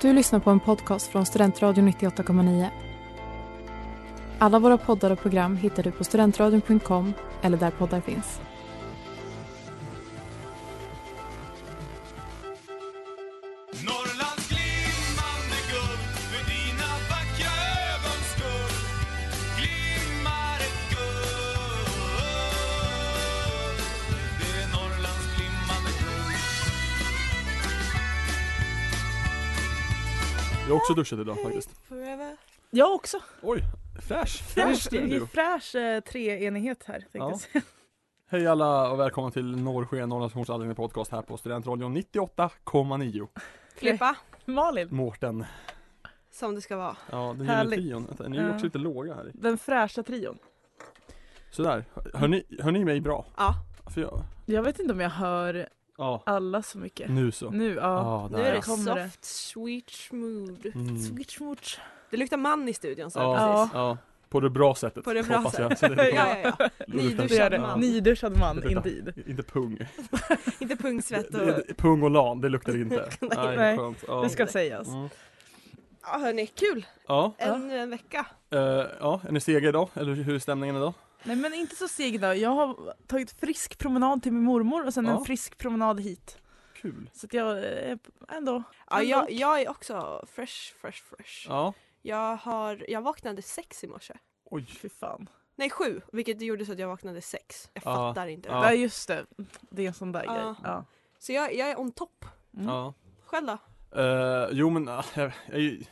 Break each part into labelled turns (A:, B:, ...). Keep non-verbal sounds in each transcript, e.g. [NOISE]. A: Du lyssnar på en podcast från Studentradion 98,9. Alla våra poddar och program hittar du på studentradion.com eller där poddar finns.
B: Norrlands glimmande guld för dina vackra ögons skull glimmar ett guld Det är Norrlands glimmande guld
C: Jag har också duschat idag faktiskt.
D: Jag också.
C: Oj, fräsch!
D: Fräsch,
C: studio.
D: fräsch eh, treenighet här. Tänkte
C: Ja.
D: jag säga. [LAUGHS]
C: Hej alla och välkomna till Norrsken, Norrlands Funktions allmänna podcast här på Studentradion 98,9.
E: Klippa,
D: Malin,
C: Mårten.
E: som det ska vara.
C: Ja, den gyllene
D: Härligt.
C: trion. Vänta, Ni är ju också
D: Ja.
C: lite låga här.
D: den fräscha trion.
C: Sådär, hör ni, hör ni mig bra?
E: Ja,
C: För jag,
D: Jag vet inte om jag hör
C: ja,
D: alla så mycket.
C: nu så.
D: Nu, ja.
C: Ja,
E: nu
C: där
E: är det
C: ja.
D: kommer det.
E: soft, sweet smooth.
C: Mm.
D: Switchmooch.
E: Det luktar man i studion så
C: Ja.
E: precis.
C: Ja, på det bra sättet.
E: På det bra
C: hoppas jag.
E: sättet.
C: Så det
E: Ja, ja, ja.
C: luktar-
D: Det gör
E: Nyduschad
D: det.
E: man.
D: Nyduschad man,
C: Ursäkta.
D: indeed.
C: Inte pung.
E: [LAUGHS] Inte pungsvett och...
C: Det- det- Pung och lan, det luktar det
E: [LAUGHS]
C: inte.
D: Nej.
C: skönt. Ja.
D: Det ska sägas.
C: Mm.
E: Ja hörni, kul!
C: Ja,
E: Ännu en vecka.
C: eh, ja, är ni sega idag? Eller hur är stämningen idag?
D: Nej men inte så seg då. Jag har tagit frisk promenad till min mormor och sen
C: Ja.
D: en frisk promenad hit.
C: Kul.
D: Så att jag eh, ändå...
E: Ja,
D: ändå.
E: jag, jag är också fresh, fresh, fresh.
C: Ja,
E: Jag, har, jag vaknade sex i morse.
C: oj.
D: Fy fan.
E: Nej sju, vilket gjorde så att jag vaknade sex. Jag
C: Ja.
E: fattar inte det.
C: Ja.
D: Ja just det. Det är en sån där
E: Ja.
D: grej. Ja.
E: Så jag, jag är on top.
D: Mm.
C: Ja.
E: Själv då?
C: Eh, jo men eh, jag, jag,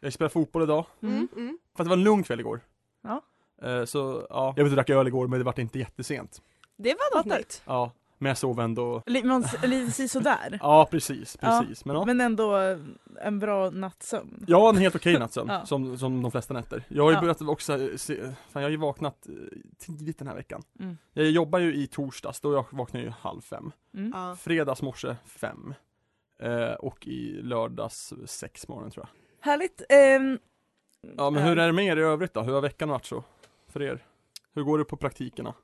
C: jag spelar fotboll idag.
D: Mm.
E: Mm, mm.
C: Fast det var en lugn kväll igår.
D: Ja.
C: Eh, så ja, jag vet drack öl igår men det vart inte jättesent.
E: Det var något
D: Fattar.
E: nytt.
C: Ja, men jag sov ändå.
D: Li- man s- Lite si- sådär.
C: Ja precis,
D: Ja,
C: precis. Men ja.
D: Men ändå eh, en bra nattsömn.
C: Jag har en helt okej natt sen,
D: Ja.
C: som, som de flesta nätter. Jag har ju
D: Ja.
C: börjat också, eh, se, fan, jag har ju vaknat eh, tidigt den här veckan.
D: Mm.
C: Jag jobbar ju i torsdags, då jag vaknar ju halv fem.
D: Mm.
E: Ja.
C: Fredags morse fem. Eh, och i lördags sex morgonen tror jag.
D: Härligt. ehm,
C: Ja men hur är det med er i övrigt då? Hur har veckan varit så? För er? Hur går det på praktikerna?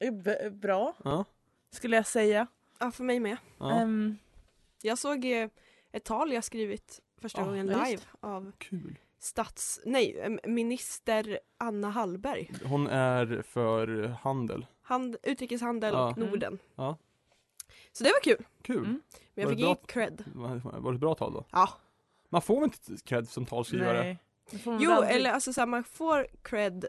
D: eh, b- Bra,
C: Ja.
D: skulle jag säga.
E: ja, för mig med.
C: ja.
D: Ehm,
E: Jag såg eh, ett tal jag skrivit första
C: Ja,
E: gången
D: ja, just
E: live av
C: Kul.
E: stats... Nej, em, minister Anna Hallberg.
C: Hon är för handel.
E: Hand, utrikeshandel
C: Ja.
E: och
D: Mm.
E: Norden.
C: Ja.
E: Så det var kul,
C: Kul.
D: Mm.
E: men jag
C: Var
E: fick
C: det bra?
E: ingen cred.
C: Var var det ett bra tal då?
E: Ja.
C: Man får väl inte cred som talskrivare?
D: nej. Det får man
E: Jo,
D: väl aldrig.
E: eller alltså så här, man får cred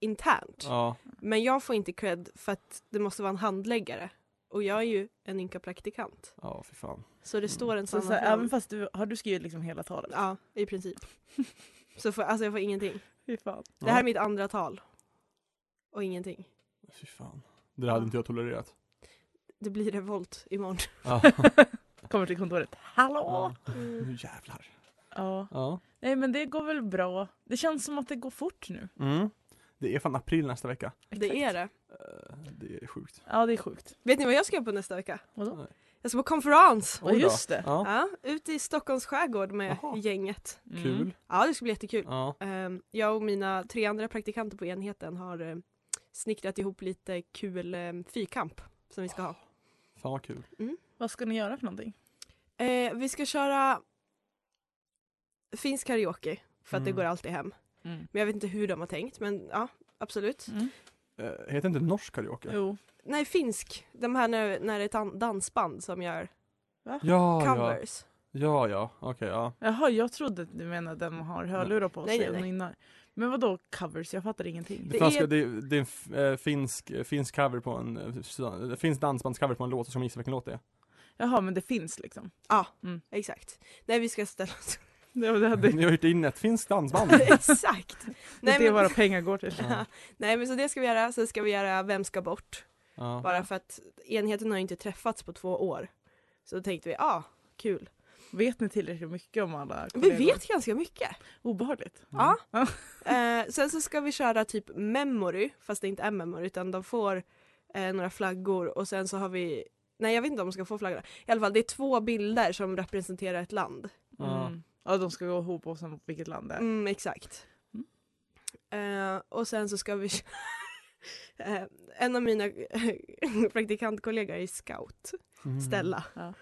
E: internt.
C: Ja,
E: Men jag får inte cred för att det måste vara en handläggare. Och jag är ju en ynka praktikant.
C: ja för fan.
E: Så det står en
D: Så,
E: sann
D: så här,
E: fram.
D: Alltså, även fast du har du skrivit liksom hela talet?
E: Ja, i princip. Så får, alltså jag får ingenting.
D: Fy fan.
E: Det här
C: Ja.
E: är mitt andra tal. Och ingenting.
C: Fy fan. Det där hade inte jag tolererat.
E: Det blir revolt imorgon.
D: [LAUGHS]
C: Ja.
D: Kommer till kontoret. Hallå!
C: ja.
D: Ja.
C: Nu jävlar. Ja.
D: Nej men det går väl bra. Det känns som att det går fort nu.
C: Mm. Det är fan april nästa vecka.
E: [LAUGHS]
D: Exakt.
E: Det är det.
C: Eh, Det är sjukt.
D: Ja det är sjukt.
E: Vet ni vad jag ska på nästa vecka?
D: Vadå?
C: Nej.
E: Jag ska på konferens!
D: Ja,
C: Oj då.
D: just det.
C: Ja.
E: Ja, ut i Stockholms skärgård med
C: Jaha.
E: gänget.
D: Mm.
C: Kul.
E: Ja, det ska bli jättekul.
C: Ja.
E: Ehm, jag och mina tre andra praktikanter på enheten har eh, snickrat ihop lite kul um, fyrkamp som vi ska ha.
C: Fan vad kul.
D: Vad ska ni göra för någonting?
E: Eh, vi ska köra finsk karaoke för att det
C: Mm.
E: går alltid hem.
D: Mm.
E: Men jag vet inte hur de har tänkt, men ja, absolut.
C: Eh, Heter inte norsk karaoke?
D: Jo.
E: Nej, finsk. De här när, när det är ett an- dansband som gör
C: Ja, ja,
E: covers.
C: ja, ja, okej, ja.
D: Jaha jag trodde att du menade att de har hörlurar på
E: Nej,
D: sig
E: nej,
D: och
E: nej.
D: nynnar. Men vadå covers? Jag fattar ingenting.
C: Det,
E: Det
C: franska,
E: är-
C: det, det är en f- eh, finsk, eh, finsk cover på en, eh, sudan- eh, finsk dansbandscover på en låt, så ska man gissa vilken låt det är.
D: Jaha men det finns liksom.
E: Exakt. Nej, vi ska ställa oss...
D: Det, det, det,
C: Ni har hyrt in ett finskt
D: [LAUGHS]
C: dansband.
E: [LAUGHS] Exakt!
D: Det
E: Nej,
D: är det
E: men-
D: våra pengar går till.
C: Ja.
E: Nej men så det ska vi göra, sen ska vi göra Vem ska bort?
C: Ja.
E: Bara för att enheten har ju inte träffats på två år. Så då tänkte vi, ja, ah, kul.
D: Vet ni tillräckligt mycket om alla
E: Vi
D: kollegor?
E: vet ganska mycket.
D: Obehagligt.
C: Mm.
E: Ja.
D: Ja.
E: Eh, sen så ska vi köra typ memory, fast det inte är memory utan de får eh, några flaggor och sen så har vi, nej jag vet inte om de ska få flaggorna. I alla fall det är två bilder som representerar ett land.
C: Ja.
D: Mm. Ja, de ska gå ihop och sen vilket land det är.
E: Mm, exakt. Eh, och sen så ska vi [LAUGHS] kö- Eh, en av mina [LAUGHS] praktikantkollegor är scout,
C: Mm.
E: Stella.
D: Ja.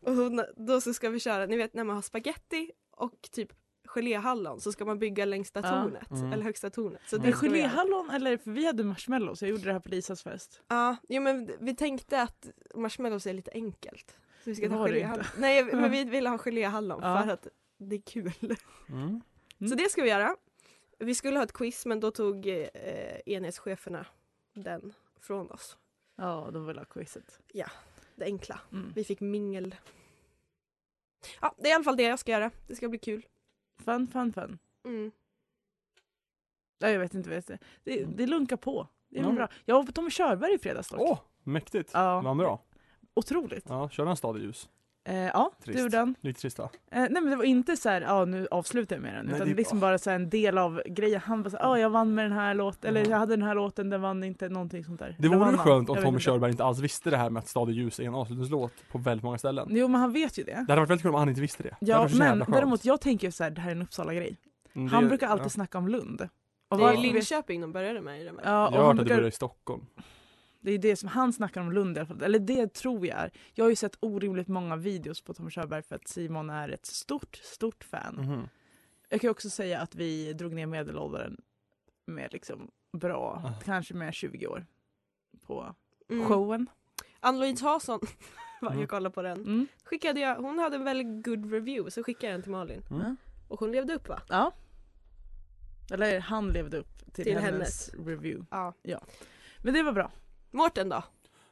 E: Och hon, då så ska vi köra, ni vet när man har spaghetti och typ geléhallon så ska man bygga längsta
D: Ja.
E: tornet,
C: Mm.
E: eller högsta tornet. Så
D: Det är
E: ska vi göra.
D: geléhallon eller, för vi hade marshmallows, jag gjorde det här på Lisas fest.
E: Ja, jo, men vi tänkte att marshmallows är lite enkelt. Så vi ska
D: Det
E: ta
D: var det
E: geléhallon. Nej, men vi ville ha geléhallon
D: Ja.
E: för att det är kul.
C: Mm.
E: Så
D: Mm.
E: det ska vi göra. Vi skulle ha ett quiz men då tog eh, enhetscheferna den från oss.
D: Ja, de ville ha quizet.
E: Det enkla.
D: Mm.
E: Vi fick mingel. Ja, det är i alla fall det jag ska göra. Det ska bli kul.
D: Fun, fun, fun.
E: Mm.
D: Ja, jag vet inte, vet det. Det, det lunkar på. Det är
C: Mm. Ja.
D: bra. Jag var på Tommy Körberg i fredags dock.
C: Åh, mäktigt!
D: Ja.
C: Vad bra.
D: Otroligt. Ja,
C: Ja, kör en stad i ljus.
D: eh, ja
C: Trist.
D: det gjorde han.
C: Lite trist va?
D: Eh, nej men det var inte så här, ja nu avslutar jag med den.
C: Nej,
D: utan
C: det är
D: liksom bara så här, en del av grejen. Han var så här, ja jag vann med den här låten, eller
C: Ja.
D: jag hade den här låten, den vann inte, någonting sånt där.
C: Det
D: Eller
C: vore
D: vann
C: väl
D: han?
C: skönt om
D: Jag vet
C: Tommy
D: inte.
C: Körberg inte alls visste det här med att Stad i ljus är en avslutningslåt på väldigt många ställen.
D: Jo men han vet ju det.
C: Det hade varit väldigt kul om han inte visste det. det hade
D: Ja
C: varit så
D: men
C: jävla skönt.
D: däremot jag tänker ju så här, det här är en Uppsala-grej.
C: Mm, det-
D: Han brukar alltid
C: ja.
D: snacka om Lund. Och
E: Det är
D: varför
E: ju
D: vet-
E: Linköping de började med i den här.
D: Ja,
C: Jag
D: och
C: har hört
D: han
C: att det börjar
D: brukar,
C: i Stockholm.
D: det är det som han snackar om Lund i alla fall. Eller det tror jag är. Jag har ju sett orimligt många videos på Tommy Körberg för att Simon är ett stort, stort fan.
C: Mhm.
D: Jag kan ju också säga att vi drog ner medelåldern med liksom bra,
C: Ah.
D: kanske med 20 år på
E: Mm.
D: showen.
E: Ann-Louise Hansson, [LAUGHS] Va,
C: Mm.
E: jag kollade på den.
D: Mm.
E: Skickade jag, hon hade en väldigt good review så skickade jag den till Malin.
C: Mm.
E: Och hon levde upp va?
D: Ja. Eller han levde upp till,
E: Till
D: hennes, review.
E: Ja.
D: Men det var bra.
E: Mårten då?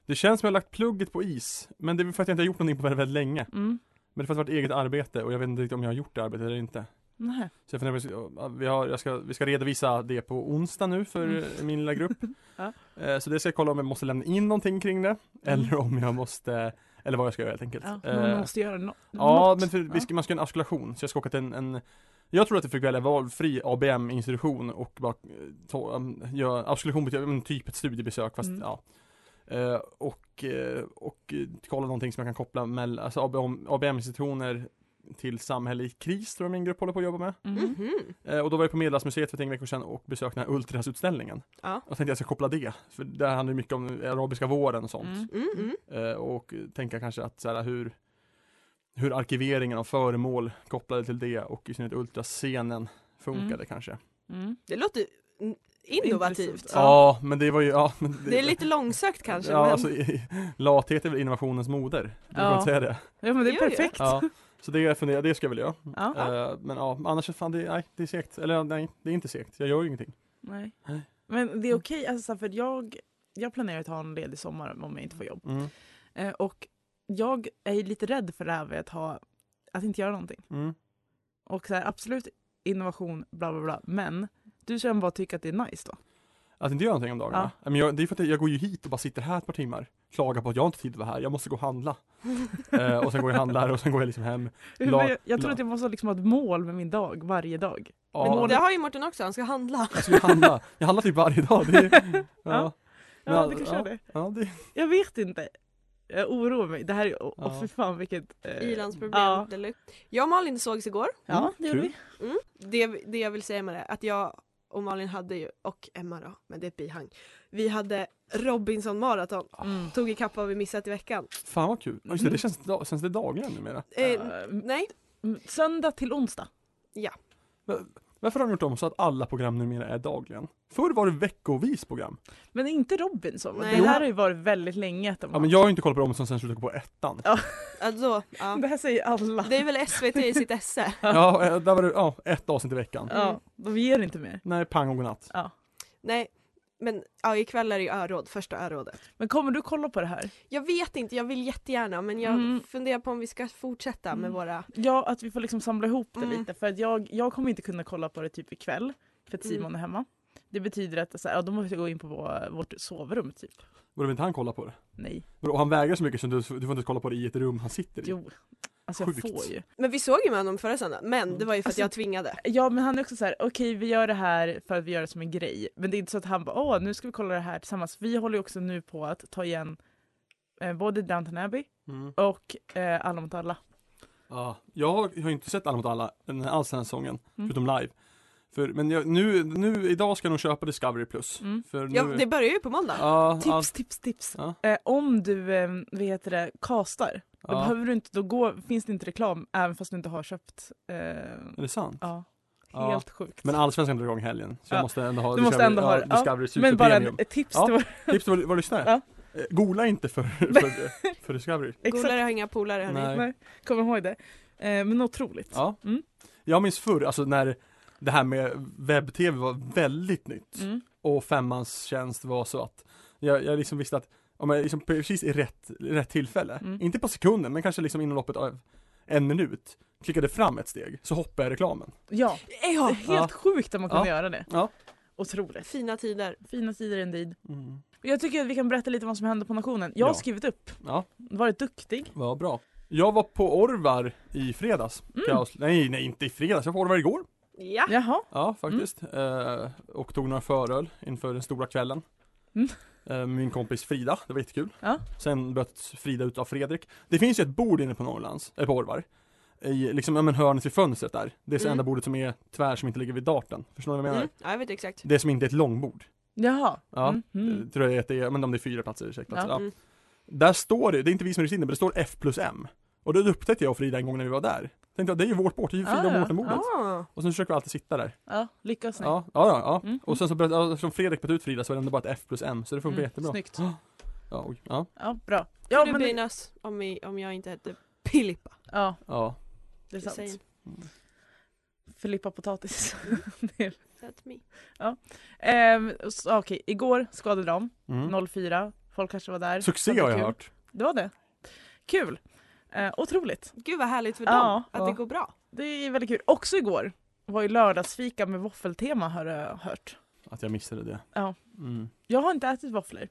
C: Det känns som jag har lagt plugget på is, men det är väl för att jag inte har gjort någonting på väldigt, väldigt länge.
D: Mm.
C: Men det är för att det har varit eget arbete och jag vet inte riktigt om jag har gjort det arbetet eller inte.
D: Nähä.
C: Så jag funderar på, vi, har, jag ska, vi ska redovisa det på onsdag nu för
D: Mm.
C: eh, min lilla
D: [LAUGHS]
C: grupp.
D: Ja.
C: Eh, Så det ska jag kolla om jag måste lämna in någonting kring det, eller om jag måste, eller vad jag ska göra helt enkelt.
D: Mm. Ja,
C: Eh,
D: man måste göra no-
C: Ja,
D: något.
C: men för, vi ska, man ska göra en artikulation, så jag ska åka till en, en jag tror att jag fick välja valfri ABM-institution och bara eh, ta, um, göra artikulation på typ- men typ ett studiebesök fast
D: Mm.
C: ja. Eh, och, eh, och eh, kolla någonting som jag kan koppla mellan, alltså ABM ABM-institutioner till samhälle i kris tror jag min grupp håller på att jobba med.
D: Mhm.
E: Mhm.
C: Eh, och då var jag på Medelhavsmuseet för ett gäng veckor sedan och besökte den här Ultras-utställningen.
E: Ja.
C: Och tänkte jag ska koppla det, för det handlar ju mycket om arabiska våren och sånt.
D: Mm.
E: Mm, mm.
C: Eh, och tänka kanske att så här, hur, hur arkiveringen av föremål kopplade till det och i synnerhet ultrascenen funkade
D: Mm.
C: kanske.
D: Mm.
E: Det låter mm, innovativt.
D: Intressant.
C: Ja,
D: Ja.
C: men det var ju, ja. Men
E: Det är lite långsökt kanske
C: ja,
E: men
C: alltså, i- lathet är väl innovationens moder. Du kan
D: Ja.
C: inte säga det.
D: Ja men det är
E: Jo, jo. [LAUGHS]
D: perfekt.
C: Ja. Så det jag funderar, det ska jag väl göra.
D: Ja.
C: Eh, men ja, annars så fan det, nej, det är segt. Eller nej, det är inte segt. Jag gör ju ingenting.
D: Nej.
C: Nej.
D: Men det är okej, alltså, så här, för jag, jag planerar att ha en ledig sommar om jag inte får jobb.
C: Mm.
D: Eh, och jag är ju lite rädd för det här med att, ha, att inte göra någonting.
C: Mm.
D: Och så här, absolut innovation, bla bla bla. Men du ska bara tycka att det är nice då.
C: Att Alltså, inte göra någonting om dagarna. Men jag, det är för att jag går ju hit och bara sitter här ett par timmar. Klagar på att jag har inte tid att vara här, jag måste gå och
E: [LAUGHS]
C: handla. Eh, och sen går jag och handlar och sen går jag liksom hem.
D: Men
C: La-
D: jag, jag tror
C: la-
D: att jag måste liksom ha ett mål med min dag varje dag.
C: Ja.
D: Men
E: det har ju Mårten också, han ska handla.
C: Alltså, Jag skulle handla, jag handlar typ varje dag. Det är, ja.
D: Ja.
C: Men
D: Ja,
C: all-
D: du kanske
C: ja.
D: är det.
C: Ja, det,
D: Jag vet inte. Jag oroar mig. Det här är, åh
C: Ja.
D: fy fan vilket... eh,
E: Ilandsproblem
D: Ja,
E: deluxe. Jag och Malin sågs igår.
D: ja det gjorde vi.
E: Det, det jag vill säga med det, att jag och Malin hade ju, och Emma då, men det är ett bihang. Vi hade Robinson maraton.
D: Mm.
C: Ah.
E: Tog ikapp vad vi missat i veckan.
C: fan vad kul. Ja, Just det, det känns, da- känns det dagligen numera.
E: Eh,
D: Eh,
E: nej,
D: söndag till onsdag.
C: Varför har de gjort om så att alla program numera är dagligen? Förr var det veckovis program.
D: Men inte Robinson. va?
E: Nej.
D: Det här har ju varit väldigt länge. Att de
C: Ja
D: har-
C: men jag har ju inte kollat på dem som sen slutade på ettan.
E: alltså, ja.
D: [LAUGHS] Det här säger alla.
E: Det är väl SVT i sitt esse.
C: Ja, eh, där var det, ja, ett avsnitt i veckan.
E: Mm.
D: Ja, de ger inte mer.
C: Nej, pang och godnatt.
D: Ja.
E: Nej, men ja, ikväll är det ju öråd, första örådet.
D: Men kommer du kolla på det här?
E: Jag vet inte, jag vill jättegärna men jag
D: Mm.
E: funderar på om vi ska fortsätta med
D: Mm.
E: våra...
D: Ja, att vi får liksom samla ihop det
E: Mm.
D: lite. För att jag, jag kommer inte kunna kolla på det typ ikväll, för att Simon
E: Mm.
D: är hemma. Det betyder att så här, ja, då måste jag gå in på vår, vårt sovrum typ.
C: Borde inte han kolla på det?
D: Nej,
C: Och han vägrar så mycket så du, du får inte kolla på det i ett rum han sitter i.
D: jo. Alltså jag
C: Sjukt.
D: får ju.
E: Men vi såg ju med honom förra söndagen, men det var ju för att
D: Alltså-
E: jag tvingade.
D: Ja men han är också så här: okej vi gör det här för att vi gör det som en grej. Men det är inte så att han bara, åh nu ska vi kolla det här tillsammans. Vi håller ju också nu på att ta igen eh, både Downton Abbey
C: Mm.
D: och eh, Alla mot alla.
C: Ja, jag har jag har ju inte sett Alla mot alla den här- alls den här säsongen,
D: Mm.
C: förutom live. För, men jag, nu, nu, idag ska jag nog köpa Discovery Plus.
D: Mm.
C: För nu,
F: Ja, det börjar ju på måndag.
C: ja,
D: Tips,
C: allt-
D: tips, tips.
C: Ja.
D: Eh, om du, eh, vad heter det, castar, då
C: ja,
D: behöver du inte, då går, finns det inte reklam även fast du inte har köpt. Eh,
C: är det sant?
D: ja,
C: Ja.
D: helt sjukt.
C: Men Allsvenskan drar igång i helgen, så jag
D: Ja.
C: måste ändå ha
D: Du måste
C: Discovery,
D: ändå ha
C: ja,
D: det, ja.
C: Discovery Super
D: Men bara
C: Premium.
D: ett tips
C: Ja.
D: till våra...
C: Tips till våra våra lyssnare.
D: Ja.
C: Eh, Gola inte för, för, för Discovery.
F: Golare
D: [LAUGHS] Exakt,
F: har inga polare hörni.
C: Nej.
D: nej. kom ihåg det. Eh, men otroligt.
C: Ja.
D: Mm.
C: Jag minns förr, alltså när det här med webb-tv var väldigt nytt.
D: Mm.
C: och femmans tjänst var så att jag, jag liksom visste att om jag liksom precis i rätt, rätt tillfälle,
D: Mm.
C: inte på sekunden men kanske liksom inom loppet av en minut klickade fram ett steg så hoppade jag reklamen.
D: Ja, det är
F: Ja,
D: helt
C: Ja.
D: sjukt att man kunde
C: Ja.
D: göra det.
C: Ja.
D: Otroligt.
F: fina tider.
D: Fina tider indeed.
C: Mm.
D: Jag tycker att vi kan berätta lite vad som hände på nationen. Jag har
C: Ja.
D: skrivit upp.
C: Ja,
D: Varit duktig.
C: vad bra. Jag var på Orvar i fredags. kan jag avslöja. Nej, nej inte i fredags, jag var på Orvar igår.
F: Ja.
C: Ah!
D: Jaha.
C: Ja, faktiskt. Eh, och tog några föröl inför den stora kvällen.
D: Mm.
C: Eh, min kompis Frida, det var jättekul.
D: Ja.
C: Sen bröts Frida ut av Fredrik. Det finns ju ett bord inne på Norrlands, eller på Orvar. I liksom, ja men hörnet vid fönstret där. Det är så
F: Mm.
C: enda bordet som är tvär som inte ligger vid darten. Förstår ni vad jag menar?
F: Mm. ja, jag vet exakt.
C: Det som inte är ett långbord.
D: Jaha.
C: Ja.
D: Mm. Mm.
C: Eh, Tror jag att det är, men om det är fyra platser, ursäkta.
D: Ja.
C: Ja.
F: Mm.
C: Där står det, det är inte vi som ryckte in det, men det står F plus M. Och det upptäckte jag och Frida en gång när vi var där. Tänkte jag, det är ju vårt bord, det är ju Frida
D: Ah,
C: och
D: ja.
C: Mårten-bordet.
F: Ah.
C: Och sen försöker vi alltid sitta där.
D: Ja, lyckas ni.
C: Ja, ja, ja. ja.
D: Mm.
C: Och sen så bröt, ja, eftersom Fredrik bytte ut Frida så var det ändå bara ett F plus M, så det funkar
D: Mm,
C: jättebra.
D: Snyggt.
C: Ja, oj, ja,
D: Ja, bra.
F: Ja,
D: Ja, men det,
F: Bynas, om, vi, om jag inte hette Pilippa.
D: ja,
C: ja.
D: det är
F: Säg.
D: sant. Filippa potatis. [LAUGHS]
F: That's me.
D: ehm, så, Okej, igår skadade de.
C: Mm.
D: 04. Folk kanske var där.
C: Succé
D: Så det var
C: har jag
D: kul.
C: hört.
D: Det var det. Kul. Eh, otroligt.
F: Gud vad härligt för
D: Ja,
F: dem att
C: ja.
F: det går bra.
D: Det är väldigt kul. Också igår var ju lördagsfika med våffeltema har jag hört.
C: Att jag missade det.
D: Ja.
C: Mm.
D: Jag har inte ätit våfflor.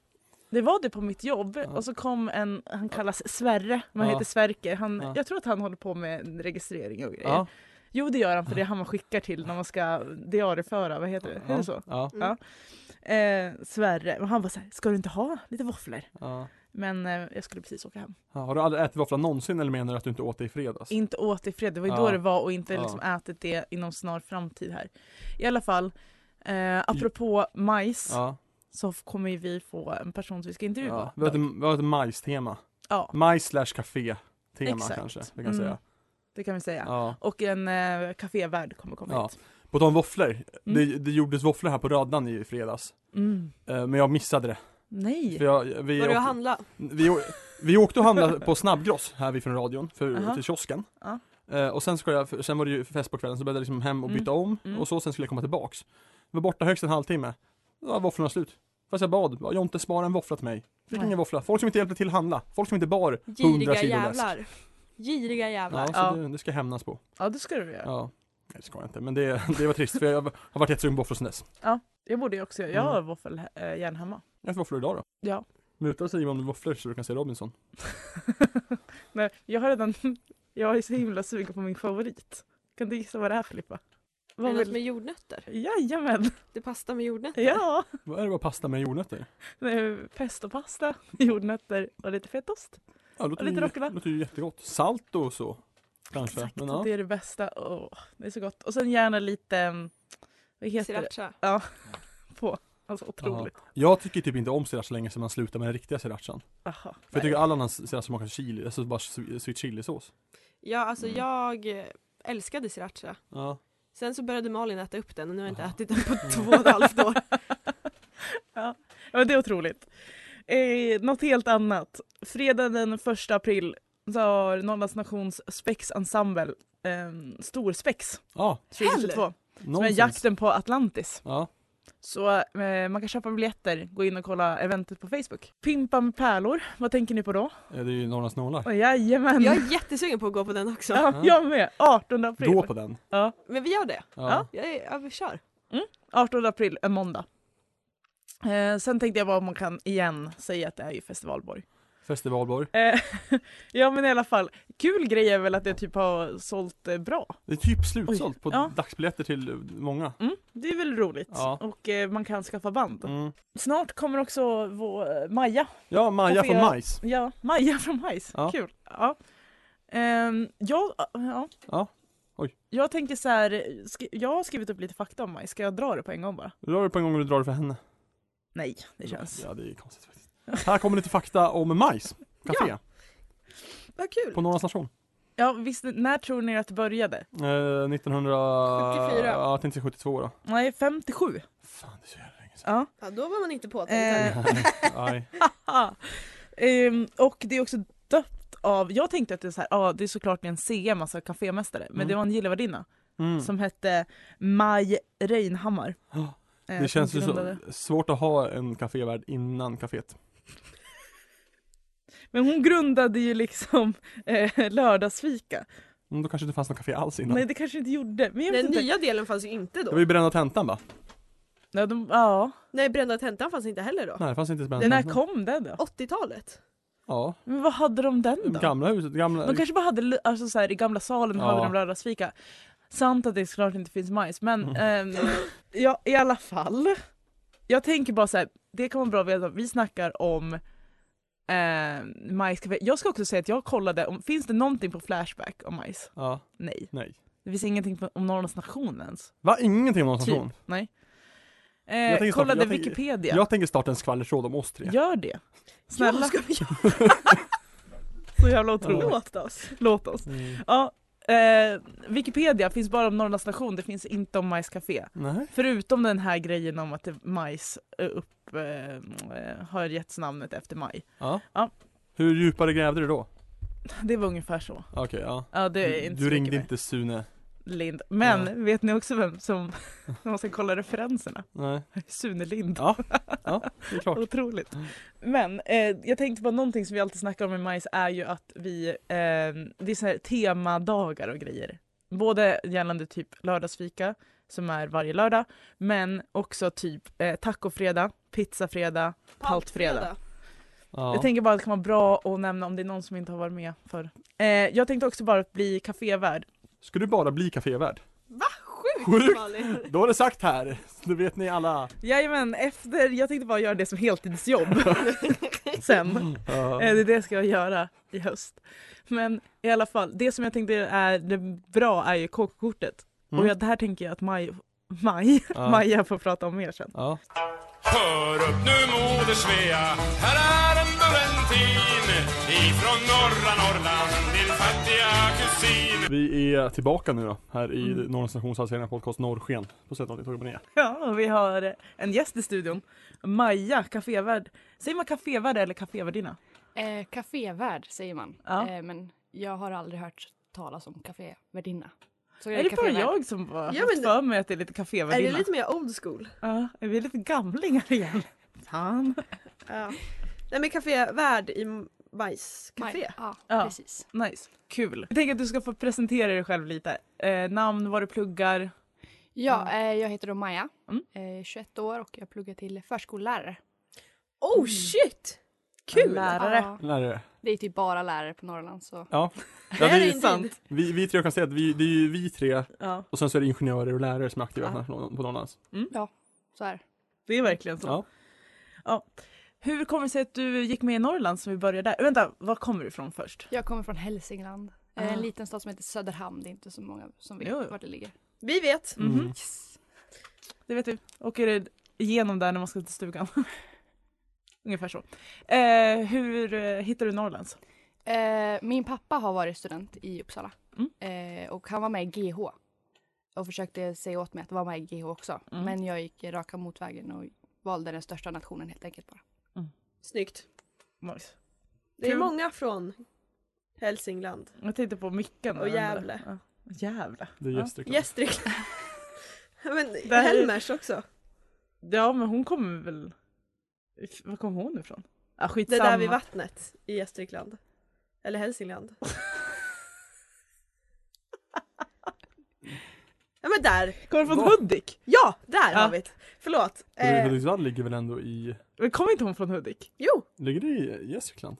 D: Det var det på mitt jobb
C: Ja.
D: och så kom en, han kallas Sverre, men han
C: Ja.
D: heter Sverker. Han,
C: Ja.
D: Jag tror att han håller på med en registrering och grejer.
C: Ja.
D: Jo det gör han för det är han man skickar till när man ska diarieföra, vad heter det? Är det så?
C: Ja.
F: Mm.
D: Eh, Sverre, och han var så här, ska du inte ha lite våfflor?
C: ja.
D: Men eh, jag skulle precis åka hem.
C: Ja, Har du aldrig ätit våffla någonsin eller menar du att du inte åt det i fredags?
D: Inte åt i fred, det var ju
C: Ja.
D: då det var och inte
C: Ja.
D: liksom ätit det inom snar framtid här. I alla fall, eh, apropå majs
C: Ja,
D: så f- kommer ju vi få en person som vi ska intervjua.
C: ja. Vi har ett, vi har ett majstema.
D: Ja,
C: Majs slash café tema
D: Exakt.
C: kanske, vi kan
D: Mm.
C: säga.
D: det kan vi säga.
C: Ja.
D: Och en eh, kafévärd kommer komma
C: Ja.
D: hit.
C: På tal om våfflor, det, det gjordes våfflor här på Rödnan i fredags.
D: Mm.
C: Eh, Men jag missade det. För
D: Nej!
C: jag, vi
F: Var du och
C: åkte-
F: handla?
C: Vi, å- vi åkte och handlade på Snabbgross här vid från radion, för,
D: Aha.
C: till kiosken.
D: Ja.
C: Eh, och sen, skulle jag, för- sen var det ju fest på kvällen så började jag liksom hem och
D: Mm.
C: byta om
D: Mm.
C: och så sen skulle jag komma tillbaks. Var borta högst en halvtimme, då var våfflorna slut. Fast jag bad, bara, Jonte spara en våffla till mig. Fick
D: Nej.
C: ingen våffla. Folk som inte hjälpte till att handla, folk som inte bar 100
F: Giriga
C: kilo läsk.
F: jävlar. Giriga jävlar.
C: Ja, så
D: Ja.
C: Det, det ska hämnas på.
D: Ja det ska du göra.
C: Ja. Nej, det ska jag inte, men det, det var trist för jag har varit jättesugen på våfflor sen dess.
D: Jag borde ju också göra, jag
C: Mm.
D: har våffeljärn hemma. [LAUGHS]
C: Jag äter våfflor idag då.
D: Ja.
C: Muta Simon med våfflor så du kan se Robinson.
D: Nej, jag har redan, [LAUGHS] jag är så himla sugen på min favorit. Kan du gissa vad det är Filippa?
F: Är det
D: Vad
F: något
D: vill...
F: med jordnötter?
D: Jajamän! [LAUGHS]
F: Det pasta med jordnötter?
D: Ja!
C: Vad är det bara pasta med jordnötter?
D: Eh, Pesto pasta, [LAUGHS] jordnötter och lite fetaost.
C: Ja, låter,
D: lite
C: ju,
D: rucola.
C: låter ju jättegott. Salt och så. Kanske.
D: Exakt,
C: Men, ja.
D: det är det bästa. Åh, det är så gott. Och sen gärna lite, mm, vad heter
F: Sriracha?
D: det? På. Alltså otroligt.
C: Jag tycker typ inte om sriracha längre sedan man slutar med den riktiga srirachan.
D: Aha.
C: För jag tycker all annan sriracha smakar chili, alltså bara swe- sweet chilisås.
F: Ja, alltså
D: Mm.
F: jag eh, älskade sriracha.
C: Ja.
F: Sen så började Malin äta upp den och nu har jag inte
C: Jaha.
F: ätit den
C: Mm.
F: på två och ett halvt
D: [LAUGHS]
F: år.
D: Ja, men det är otroligt. Eh, något helt annat. Fredagen den 1 april så har Norrlands Nations Spexensemble eh, Storspex
C: Ja,
D: 2022. Som är
C: nonsens.
D: jakten på Atlantis.
C: Ja,
D: Så eh, man kan köpa biljetter, gå in och kolla eventet på Facebook. Pimpa med pärlor, vad tänker ni på då?
C: det är ju Norrlands nålar.
D: Oh, jajamän! [LAUGHS]
F: Jag är jättesugen på att gå på den också.
D: Ja, jag med! 18 april.
C: Gå på den.
D: Ja,
F: Men vi gör det.
C: Ja.
F: Jag, är- ja, vi kör.
D: 18 april, en måndag. Eh, sen tänkte jag bara om man kan igen säga att det är ju festivalborg.
C: Festivalborg.
D: Eh, ja men i alla fall, kul grej är väl att det typ har sålt eh, bra.
C: Det är typ slutsålt på
D: ja.
C: dagsbiljetter till eh, många.
D: Mm, det är väl roligt.
C: Ja.
D: Och eh, man kan skaffa band.
C: Mm.
D: Snart kommer också vår, eh, Maja.
C: Ja, Maja
D: Varför
C: från
D: jag-
C: Majs.
D: Ja, Maja från Hajs.
C: Ja.
D: Kul. Ja. Ehm, ja, ja,
C: Ja. Oj.
D: Jag tänker så här, sk- jag har skrivit upp lite fakta om mig, ska jag dra det på en gång bara?
C: Du drar det på en gång och du drar det för henne.
D: Nej, det känns...
C: Ja, det är konstigt faktiskt. Här kommer lite fakta om majs. Café.
D: Vad kul!
C: På Norra station.
D: Ja, visst, när tror ni att det började?
C: Eh, 1900... Ja, jag tänkte säga 72 då.
D: Nej, 57.
C: Fan, det är så jävla länge sedan.
D: Ja.
F: Ja, då var man inte påtänkt.
D: Eh,
C: [LAUGHS] Nej.
D: haha. Ehm, och det är också döpt av, jag tänkte att det är så här, ja det är såklart en CM, alltså kafémästare, men
C: Mm.
D: det var en gillevärdinna
C: Mm.
D: som hette Maj Reinhammar.
C: Ja,
D: eh,
C: Det känns
D: som
C: ju så
D: grundade-
C: svårt att ha en kafévärd innan kaféet.
D: Men hon grundade ju liksom [LAUGHS] eh, lördagsfika.
C: Mm, då kanske det inte fanns något café alls innan.
D: Nej det kanske inte gjorde, men jag vet
F: Den
D: inte.
F: nya delen fanns ju inte
C: det
F: då.
C: var ju brända tentan va?
D: Ja, de, ja.
F: Nej, brända tentan fanns inte heller då.
C: Nej, det fanns inte ens brända
D: Den här
C: tentan.
D: kom den då?
F: 80-talet.
C: Ja,
D: Men vad hade de den då?
C: gamla huset, gamla...
D: De kanske bara hade, lu- alltså så här, i gamla salen
C: Ja.
D: hade de lördagsfika. Sant att det såklart inte finns majs
C: Mm.
D: men ehm, ja, i alla fall. Jag tänker bara så här, det kan vara bra att veta, vi snackar om eh, majscafé. Jag ska också säga att jag kollade, om, finns det någonting på Flashback om majs?
C: Ja,
D: Nej.
C: nej.
D: Det finns ingenting på, om Norrlands nation ens.
C: Va? Ingenting om någon
D: Typ,
C: station?
D: nej.
C: Jag
D: Eh,
C: tänker-
D: kollade
C: jag tänker-
D: Wikipedia.
C: Jag tänker starta en skvallertråd om oss tre.
D: Gör det. Snälla.
F: Ja, ska
D: [LAUGHS]
F: vi göra?
D: Så jävla otroligt.
F: Låt oss.
D: Låt oss.
C: Mm.
D: Ja, eh, Wikipedia finns bara om Norrlands station, det finns inte om majscafé.
C: Nej.
D: Förutom den här grejen om att det- majs eh, upp, eh, eh, har getts namnet efter maj.
C: Ja.
D: Ja.
C: Hur djupare grävde du då?
D: Det var ungefär så.
C: Okej, ja.
D: Ja, det är
C: Du,
D: inte så
C: du
D: mycket
C: ringde
D: mer.
C: inte Sune?
D: Lind. Men vet ni också vem som, [LAUGHS] man ska kolla referenserna,
C: Nej.
D: Sune Lind.
C: Ja, ja det är klart.
D: Otroligt. Men eh, jag tänkte på någonting som vi alltid snackar om med majs är ju att vi, eh, det är så här temadagar och grejer. Både gällande typ lördagsfika som är varje lördag, men också typ eh, tacofredag, pizzafredag, paltfredag.
C: Ja.
D: Jag tänker bara att det kan vara bra att nämna om det är någon som inte har varit med förr. Eh, jag tänkte också bara att bli kafévärd.
C: Ska du bara bli kafévärd?
F: Sjukt Malin.
C: Då är det sagt här! Nu vet ni alla.
D: Jajamän, efter, jag tänkte bara göra det som heltidsjobb. Sen.
C: Mm. Ja.
D: Eh, Det [LAUGHS] är det ska jag göra i höst. Men i alla fall, det som jag tänkte är det bra är ju KK-kortet.
C: Mm.
D: Och jag, det här tänker jag att Maj, Maj,
C: Ja.
D: [LAUGHS] Maja får prata om mer sen.
C: Ja.
B: Hör upp nu moder Svea, här är en Burentin ifrån norra Norrland, din fattiga kusin.
C: Vi är tillbaka nu då, här i
D: Mm.
C: Norrlands Stationsallserian Podcast Norrsken. På sätt och vis.
D: Ja, och vi har eh, en gäst i studion. Maja, kafévärd. Säger man kafévärd eller kafévärdinna?
G: Eh, kafévärd säger man.
D: Ja.
G: Eh, men jag har aldrig hört talas om kafévärdinna. Så jag
D: Är det bara
G: kafévärd.
D: jag som har
F: Ja,
D: haft
F: men-
D: för mig att det är lite
F: Är det
D: kafévärdinna?
F: lite mer old school?
D: Ja, är vi lite gamlingar igen? Fan.
F: Ja. Nej men Café Värd i Majscafé.
G: Nej, Ja,
D: Ja.
G: precis.
D: Nice, kul. Jag tänker att du ska få presentera dig själv lite. Eh, namn, vad du pluggar.
G: Ja, eh, jag heter då Maja,
D: Mm.
G: eh, 21 år och jag pluggar till förskollärare.
F: Oh shit! Kul!
D: Lärare.
G: Ja,
C: Lärare.
G: det är typ bara lärare på Norrland så.
C: Ja.
F: Det
C: ja
F: här är
C: vi,
F: inte-
D: sant.
C: vi, vi tre, jag kan säga att vi, det är ju vi tre
D: Ja,
C: och sen så är det ingenjörer och lärare som är aktiva
D: Ja.
C: här på på Norrlands.
G: så här.
D: det är verkligen så.
C: Ja.
D: Hur kommer det sig att du gick med i Norrland som vi började där? Vänta, var kommer du ifrån först?
G: Jag kommer från Hälsingland. Eh,
D: Ah.
G: En liten stad som heter Söderhamn, det är inte så många som vet
D: Jo, jo.
G: var det ligger.
F: Vi vet.
D: Mhm.
C: Mm.
D: Det vet du. Åker det igenom där när man ska till stugan? [LAUGHS] Ungefär så. Eh, hur eh, hittar du Norrlands?
G: Eh, min pappa har varit student i Uppsala
D: Mm.
G: eh, och han var med i GH och försökte säga åt mig att vara med i GH också.
D: Mm.
G: Men jag gick raka motvägen och valde den största nationen helt enkelt bara.
F: Snyggt.
D: Nice.
F: Det är
D: Kul.
F: många från Hälsingland
D: Jag tänkte på Mickan.
F: och Gävle.
D: Ja. Gävle.
C: Det är
D: Ja.
C: Gästrikland.
D: [LAUGHS]
F: Gästrikland. Men
D: här är-
F: Helmers också.
D: Ja, men hon kommer väl... Var kom hon ifrån? Ah,
F: Det
D: skitsamma.
F: där vid vattnet i Gästrikland. Eller
D: [LAUGHS]
F: Hälsingland. ja men där!
D: Kommer från
C: Va?
D: Hudik?
F: Ja, där
D: Ja.
F: har vi det. Förlåt.
C: Men
F: Eh,
C: Hudiksvall ligger väl ändå i,
D: Men kommer inte hon från Hudik?
F: jo,
C: ligger det i Gästrikland?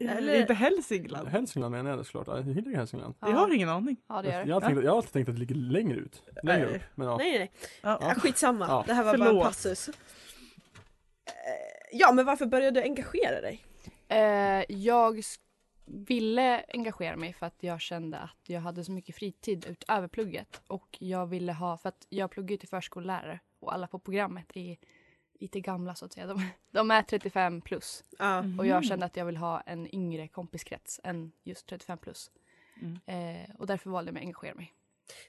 F: Eller-
D: Inte Hälsingland?
C: Hälsingland menar jag det såklart, ja, det ligger i Hälsingland.
D: Jag har ingen aning.
G: ja, det gör
C: Alltså, Jag
G: det.
C: har, tänkt, jag har alltid tänkt att det ligger längre ut. Längre
D: Nej.
C: upp. Men ja.
F: nej nej.
D: Ja.
F: Ja, skitsamma,
C: Ja.
F: det här var bara
D: Förlåt.
F: en passus. Eh, Ja men varför började du engagera dig?
G: Eh, jag s- ville engagera mig för att jag kände att jag hade så mycket fritid utöver plugget. Och jag ville ha, för att jag pluggar ju till förskollärare och alla på programmet är lite gamla så att säga. De, de är 35 plus.
F: Ja.
G: Och jag kände att jag vill ha en yngre kompiskrets än just 35 plus.
D: Mm.
G: Eh, och därför valde jag mig att engagera mig.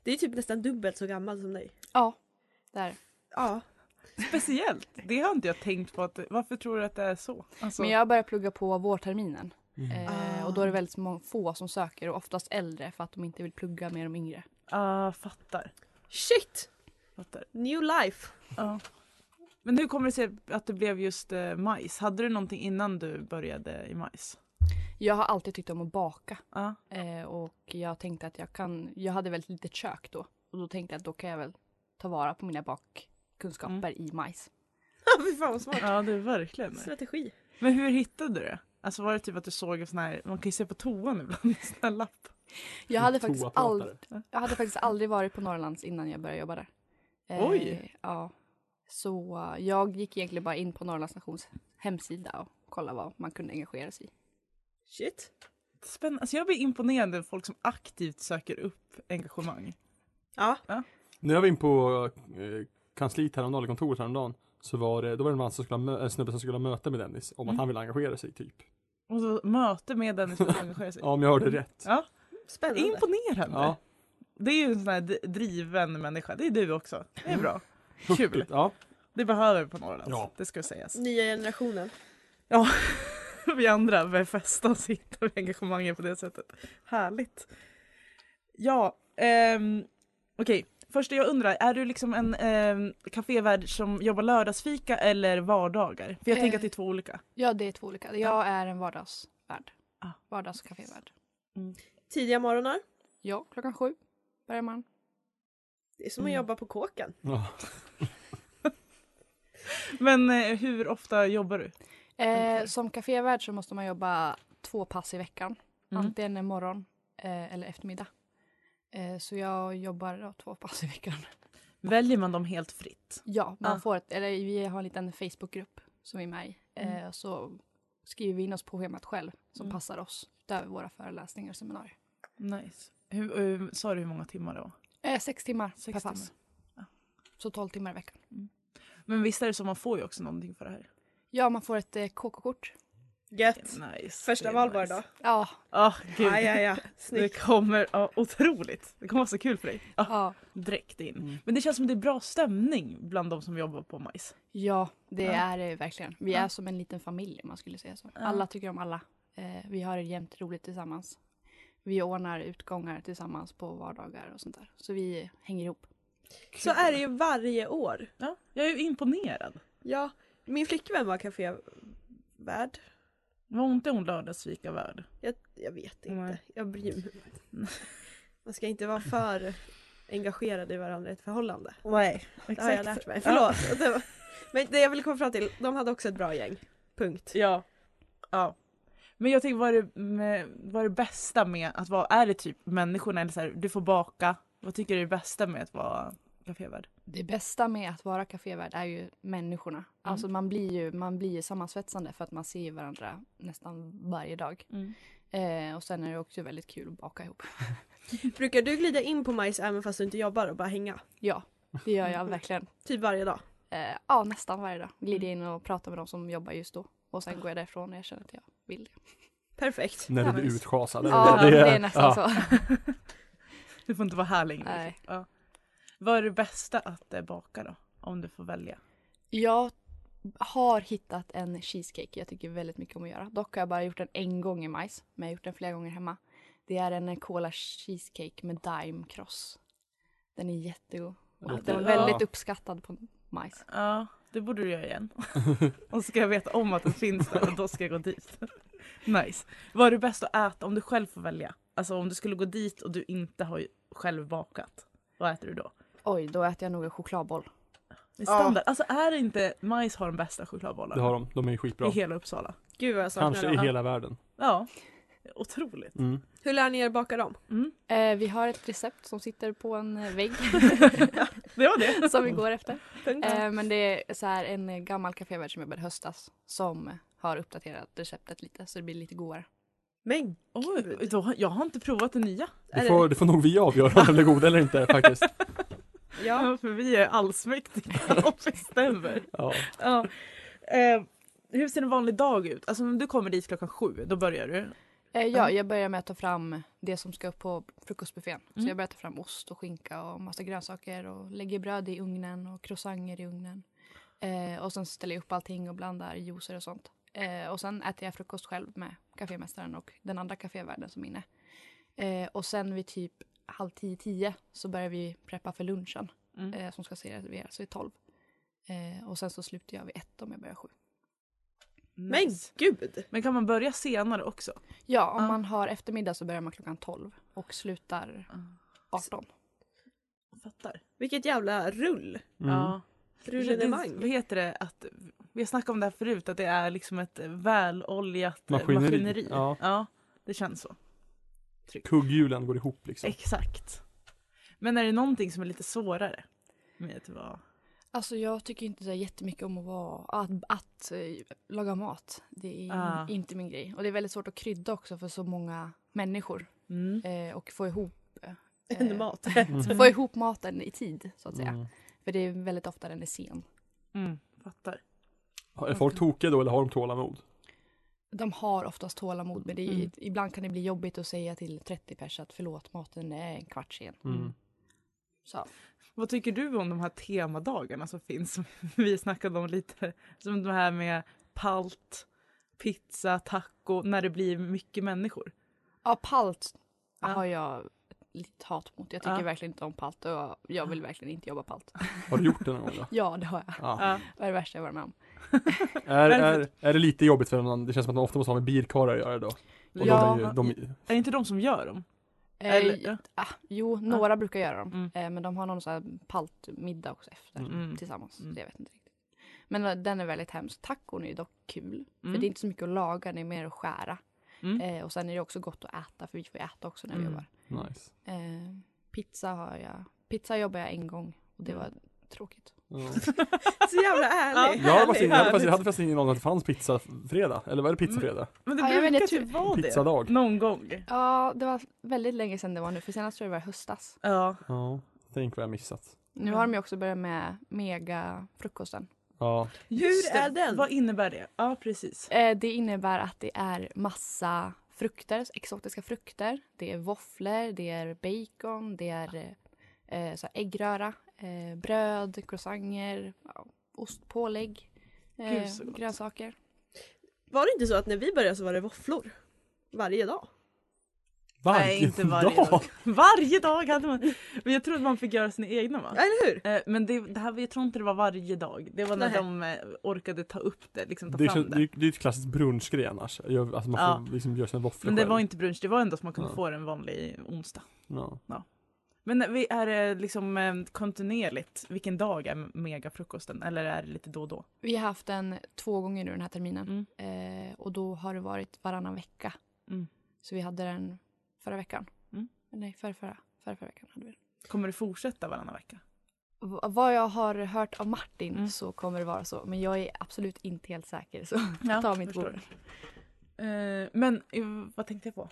E: Det är typ nästan dubbelt så gammal som dig.
G: Ja, där.
E: Ja.
D: Speciellt, det har inte jag tänkt på. Att, varför tror du att det är så? Alltså,
G: Men jag började plugga på vårterminen.
C: Mm.
G: Eh, och då är det väldigt många, få som söker och oftast äldre för att de inte vill plugga med de yngre.
D: ah, fattar.
E: Shit!
D: fattar.
E: New life!
D: Ja. Men hur kommer det sig att det blev just eh, majs? Hade du någonting innan du började i majs?
G: Jag har alltid tyckt om att baka
D: Ja.
G: eh, och jag tänkte att jag kan, jag hade väldigt litet kök då och då tänkte jag att då kan jag väl ta vara på mina bakkunskaper i majs.
E: Ja, fy fan vad smart.
D: ja, det är verkligen det.
E: Strategi.
D: Men hur hittade du det? Alltså var det typ att du såg en sån här, man kan ju se på toan ibland, [LAUGHS] en sån här lapp.
G: Jag hade, faktiskt
C: Toapratare.
G: ald- jag hade faktiskt aldrig varit på Norrlands innan jag började jobba där. Eh,
D: Oj.
G: Ja. Så eh, jag gick egentligen bara in på Norrlands Nations hemsida och kollade vad man kunde engagera sig i.
E: Shit.
D: Spännande. Alltså jag blir imponerad av folk som aktivt söker upp engagemang.
E: Ja.
C: När jag var in på eh, kansliet häromdagen, eller kontoret häromdagen Så var det, då var det en, man som skulle ha mö- en snubbe som skulle ha möte med Dennis om
D: Mm.
C: att han ville engagera sig typ
D: Och så möte med
E: [LAUGHS]
D: den som engagerar sig.
C: Ja om jag hörde rätt
D: Ja,
E: Spännande.
D: imponerande.
C: Ja,
D: Det är ju en sån här d- driven människa, det är du också. Det
C: [LAUGHS]
D: är bra. Kul.
C: hurtigt, ja
D: Det behöver vi på Norrlands,
C: Ja.
D: det ska sägas.
E: Nya generationen.
D: [LAUGHS] vi andra börjar festa och så hittar vi engagemanget på det sättet. Härligt. Ja, ehm, okej. Först det jag undrar, är du liksom en um, kafévärd som jobbar lördagsfika eller vardagar? För jag
G: Eh.
D: tänker att det är två olika.
G: Ja, det är två olika. Jag är en vardagsvärd.
D: Ah.
G: Vardags och kafévärd.
E: Tidiga morgnar.
G: Ja, klockan sju börjar man.
E: Det är som att
D: Mm.
E: jobba på kåken.
C: Ja,
D: Men eh, hur ofta jobbar du?
G: Eh, som kafévärd så måste man jobba två pass i veckan.
D: Mm.
G: Antingen en morgon eh, eller eftermiddag. Eh, så jag jobbar ja, två pass i veckan.
D: Väljer man dem helt fritt?
G: Ja, man
D: Ah.
G: får ett, eller vi har en liten Facebookgrupp som vi är med i. Eh,
D: Mm.
G: Så skriver vi in oss på schemat själv som
D: Mm.
G: passar oss utöver våra föreläsningar och seminarier.
D: Nice. Hur, hur, sa du hur många timmar då?
G: Eh, sex timmar
D: Sex
G: per pass.
D: timmar. Ja.
G: Så tolv timmar i veckan.
D: Men visst är det så, man får ju också någonting för det här.
G: Ja, man får ett eh, KK-kort.
E: Gött.
D: Nice.
E: Första
D: Det är
E: valborg
D: nice.
E: då.
G: Ja,
D: Ja, gud.
E: Ja, ja, ja.
D: [LAUGHS] Det
E: Snyggt.
D: kommer, ja, otroligt. Det kommer vara så kul för dig. Ja,
G: ja.
D: direkt in.
E: Mm.
D: Men det känns som det är bra stämning bland de som jobbar på majs.
G: Ja, det
D: Ja.
G: är det verkligen. Vi
D: Ja.
G: är som en liten familj om man skulle säga så. Alla tycker om alla. Eh, vi har det jämt roligt tillsammans. Vi ordnar utgångar tillsammans på vardagar och sånt där. Så vi hänger ihop.
E: Så är det ju varje år.
D: Ja, jag är ju imponerad.
E: Ja, min flickvän var kafévärd.
D: Var inte hon lördagsfika värd?
E: Jag, jag vet inte.
D: Nej.
E: Jag bryr mig inte. Man ska inte vara för engagerad i varandra i ett förhållande.
D: Nej,
E: Det har jag lärt mig. Förlåt. Det var- Men det jag ville komma fram till, de hade också ett bra gäng. Punkt.
D: Ja. ja. Men jag tänker, vad är, det, med, vad är det bästa med att vara, är det typ människorna eller så här, du får baka? Vad tycker du är det bästa med att vara kafévärd?
G: Det bästa med att vara kafévärd är ju människorna. Alltså man blir ju man blir ju sammansvetsande för att man ser ju varandra nästan varje dag.
D: Mm.
G: Eh, och sen är det också väldigt kul att baka [LAUGHS] ihop.
E: Brukar du glida in på majs även fast du inte jobbar och bara hänga?
G: Ja, det gör jag verkligen.
E: Typ varje dag.
G: Eh, ja, nästan varje dag. Glider in och pratar med de som jobbar just då. Och sen går jag därifrån när jag känner att jag vill det.
E: Perfekt.
C: när du
D: Ja,
C: blir
D: visst.
C: utschasad
G: Ja, det är nästan
C: ja.
G: så. [LAUGHS]
D: Du får inte vara här längre.
G: Nej.
D: Ja. Vad är det bästa att eh, baka då? Om du får välja.
G: Jag har hittat en cheesecake jag tycker väldigt mycket om att göra. Dock har jag bara gjort den en gång i majs, men jag har gjort den flera gånger hemma. Det är en eh, cola cheesecake med daim cross. Den är jättegod. Och Den var väldigt uppskattad på majs.
D: Ja, det borde du göra igen. [LAUGHS] och så ska jag veta om att den finns där och då ska jag gå dit. [LAUGHS] nice. Vad är det bäst att äta om du själv får välja? Alltså om du skulle gå dit och du inte har ju själv bakat. Vad äter du då?
G: Oj, då äter jag nog en chokladboll.
D: Det är standard. Alltså är det inte majs har de bästa chokladbollarna?
C: Det har de, de är ju skitbra
D: I hela Uppsala.
E: Gud vad jag saknar
C: Kanske i
E: dem.
C: hela världen
D: Ja. Otroligt.
C: mm.
E: Hur lär ni er baka dem?
G: Eh, vi har ett recept som sitter på en eh, [LAUGHS] vägg
D: Det var det.
G: [LAUGHS] som vi går efter.
E: Punkt.
G: Eh, men det är så här en eh, gammal kafévärd som jag började höstas som har uppdaterat receptet lite så det blir lite godare.
E: Men
D: Oj, då, jag har inte provat den nya.
E: är
C: Det
E: det,
C: får, det får nog vi avgöra om den blir god eller
G: [LAUGHS]
C: inte faktiskt.
E: ja,
D: Ja, för vi är allsmäktiga [LAUGHS] och bestämmer.
C: Ja.
D: Ja. Eh, hur ser en vanlig dag ut? Alltså om du kommer dit klockan sju, då börjar du?
G: Eh, ja, jag börjar med att ta fram det som ska upp på frukostbuffén. Så jag börjar ta fram ost och skinka och massa grönsaker och lägger bröd i ugnen och croissanter i ugnen. Eh, och sen ställer jag upp allting och blandar juicer och sånt. Eh, och sen äter jag frukost själv med kafémästaren och den andra kafévärden som är inne. Eh, och sen vid typ halv tio, tio så börjar vi preppa för lunchen
D: Mm.
G: eh, som ska serveras vid tolv. Eh, och sen så slutar jag vid ett om jag börjar sju.
E: men
D: Nice.
E: gud!
D: Men kan man börja senare också?
G: Ja, om
D: Ja.
G: man har eftermiddag så börjar man klockan 12 och slutar
D: Ja.
G: 18.
D: Fattar.
E: Vilket jävla rull!
C: Mm.
D: Ja. Det, vad
E: Rullinemang.
D: heter det? Att, vi har snackat om det här förut, att det är liksom ett väloljat eh,
C: Maskineri.
D: maskineri.
C: Ja.
D: det känns så.
C: Kugghjulen går ihop liksom.
D: Exakt. Men är det någonting som är lite svårare? Med att vara...
G: Alltså jag tycker inte så här jättemycket om att, vara, att, att eh, laga mat. Det är
D: Ah.
G: inte min grej. Och det är väldigt svårt att krydda också för så många människor.
D: Mm.
G: Eh, och få ihop,
E: En mat.
D: [LAUGHS]
G: få ihop maten i tid så att säga.
C: Mm.
G: För det är väldigt ofta den är sen.
D: Mm. Fattar.
C: Är folk
G: Mm.
C: tokiga då eller har de tålamod?
G: De har oftast tålamod men det är,
D: Mm.
G: ibland kan det bli jobbigt att säga till 30 pers att förlåt maten är en kvart sen.
C: Mm.
G: Så.
D: Vad tycker du om de här temadagarna som finns? Som vi snackade om lite. Som de här med palt, pizza, taco, när det blir mycket människor.
G: Ja, palt
D: Ja.
G: har jag lite hat mot. Jag tycker
D: Ja.
G: verkligen inte om palt och jag
D: Ah.
G: vill verkligen inte jobba palt.
C: Har du gjort det någon gång
G: [LAUGHS]
C: då?
G: Ja, det har jag.
C: Ja.
D: Ja.
G: Det var det värsta jag varit med om.
C: Är, är, är det lite jobbigt för man, det känns som att man ofta måste ha med bilkarlar att göra då? Och
G: Ja.
C: de är ju, de, är-
D: Är det inte de som gör dem?
G: Eh,
D: Eller-
G: ah, jo, några brukar göra dem.
D: Mm.
G: Eh, men de har någon sån här paltmiddag också efter
D: Mm.
G: tillsammans.
D: Mm.
G: Så jag vet inte riktigt. Men eh, den är väldigt hemsk. Tacon är ju dock kul. För
D: Mm.
G: det är inte så mycket att laga, det är mer att skära.
D: Mm.
G: Eh, och sen är det också gott att äta, för vi får ju äta också när vi
D: Mm.
G: jobbar.
C: nice.
G: Eh, pizza har jag. Pizza jobbar jag en gång och det var tråkigt.
D: [LAUGHS]
C: Ja.
E: Så jävla ärlig!
C: Jag, hade faktiskt ingen- jag, hade
D: härligt.
C: faktiskt, jag hade faktiskt ingen aning om att det fanns pizzafredag, eller vad är det pizzafredag?
D: Men det
G: Ja, jag
D: brukar
G: vet, jag
D: typ vara det.
C: Pizzadag.
D: Någon gång.
G: Ja, det var väldigt länge sedan det var nu, för senast tror jag det var i höstas.
D: Ja.
C: Ja, tänk vad jag missat.
G: Nu har de ju också börjat med megafrukosten.
C: Ja,
E: Hur är den?
D: Vad innebär det? Ja, precis.
G: Eh, det innebär att det är massa frukter, exotiska frukter. Det är våfflor, det är bacon, det är eh, så här äggröra, eh, bröd, croissanter, ja, ostpålägg, eh,
D: Gud, så gott.
G: grönsaker.
E: Var det inte så att när vi började så var det våfflor? Varje dag?
C: varje
D: Nej, inte varje dag. Varje dag hade man. Men jag tror att man fick göra sina egna va?
E: Ja, Eller hur?
D: Eh, Men det, det här, jag tror inte det var varje dag. Det var när
E: Nej.
D: de eh, orkade ta upp det, liksom ta
C: Det är, ju-
D: fram
C: det,
D: det.
C: är ju- det är ju ett klassiskt brunchgrej annars. Jag, alltså man får liksom göra sina våfflor
D: Men det
C: själv.
D: var inte brunch, det var ändå att man kunde
C: Ja.
D: få det en vanlig onsdag.
C: ja.
D: Men vi- är det liksom eh, kontinuerligt? Vilken dag är megafrukosten? Eller är det lite då Mm. och då?
G: Vi har haft den två gånger nu den här terminen eh, och då har det varit varannan vecka.
D: Mm.
G: Så vi hade den förra veckan.
D: Mm.
G: Nej, förra, förra, förra, förra veckan hade vi den.
D: Kommer det fortsätta varannan vecka?
G: V- Vad jag har hört av Martin
D: Mm.
G: så kommer det vara så. Men jag är absolut inte helt säker. Så
D: Ja,
G: ta mitt
D: förstår.
G: ord.
D: Eh, men eh, vad tänkte jag på?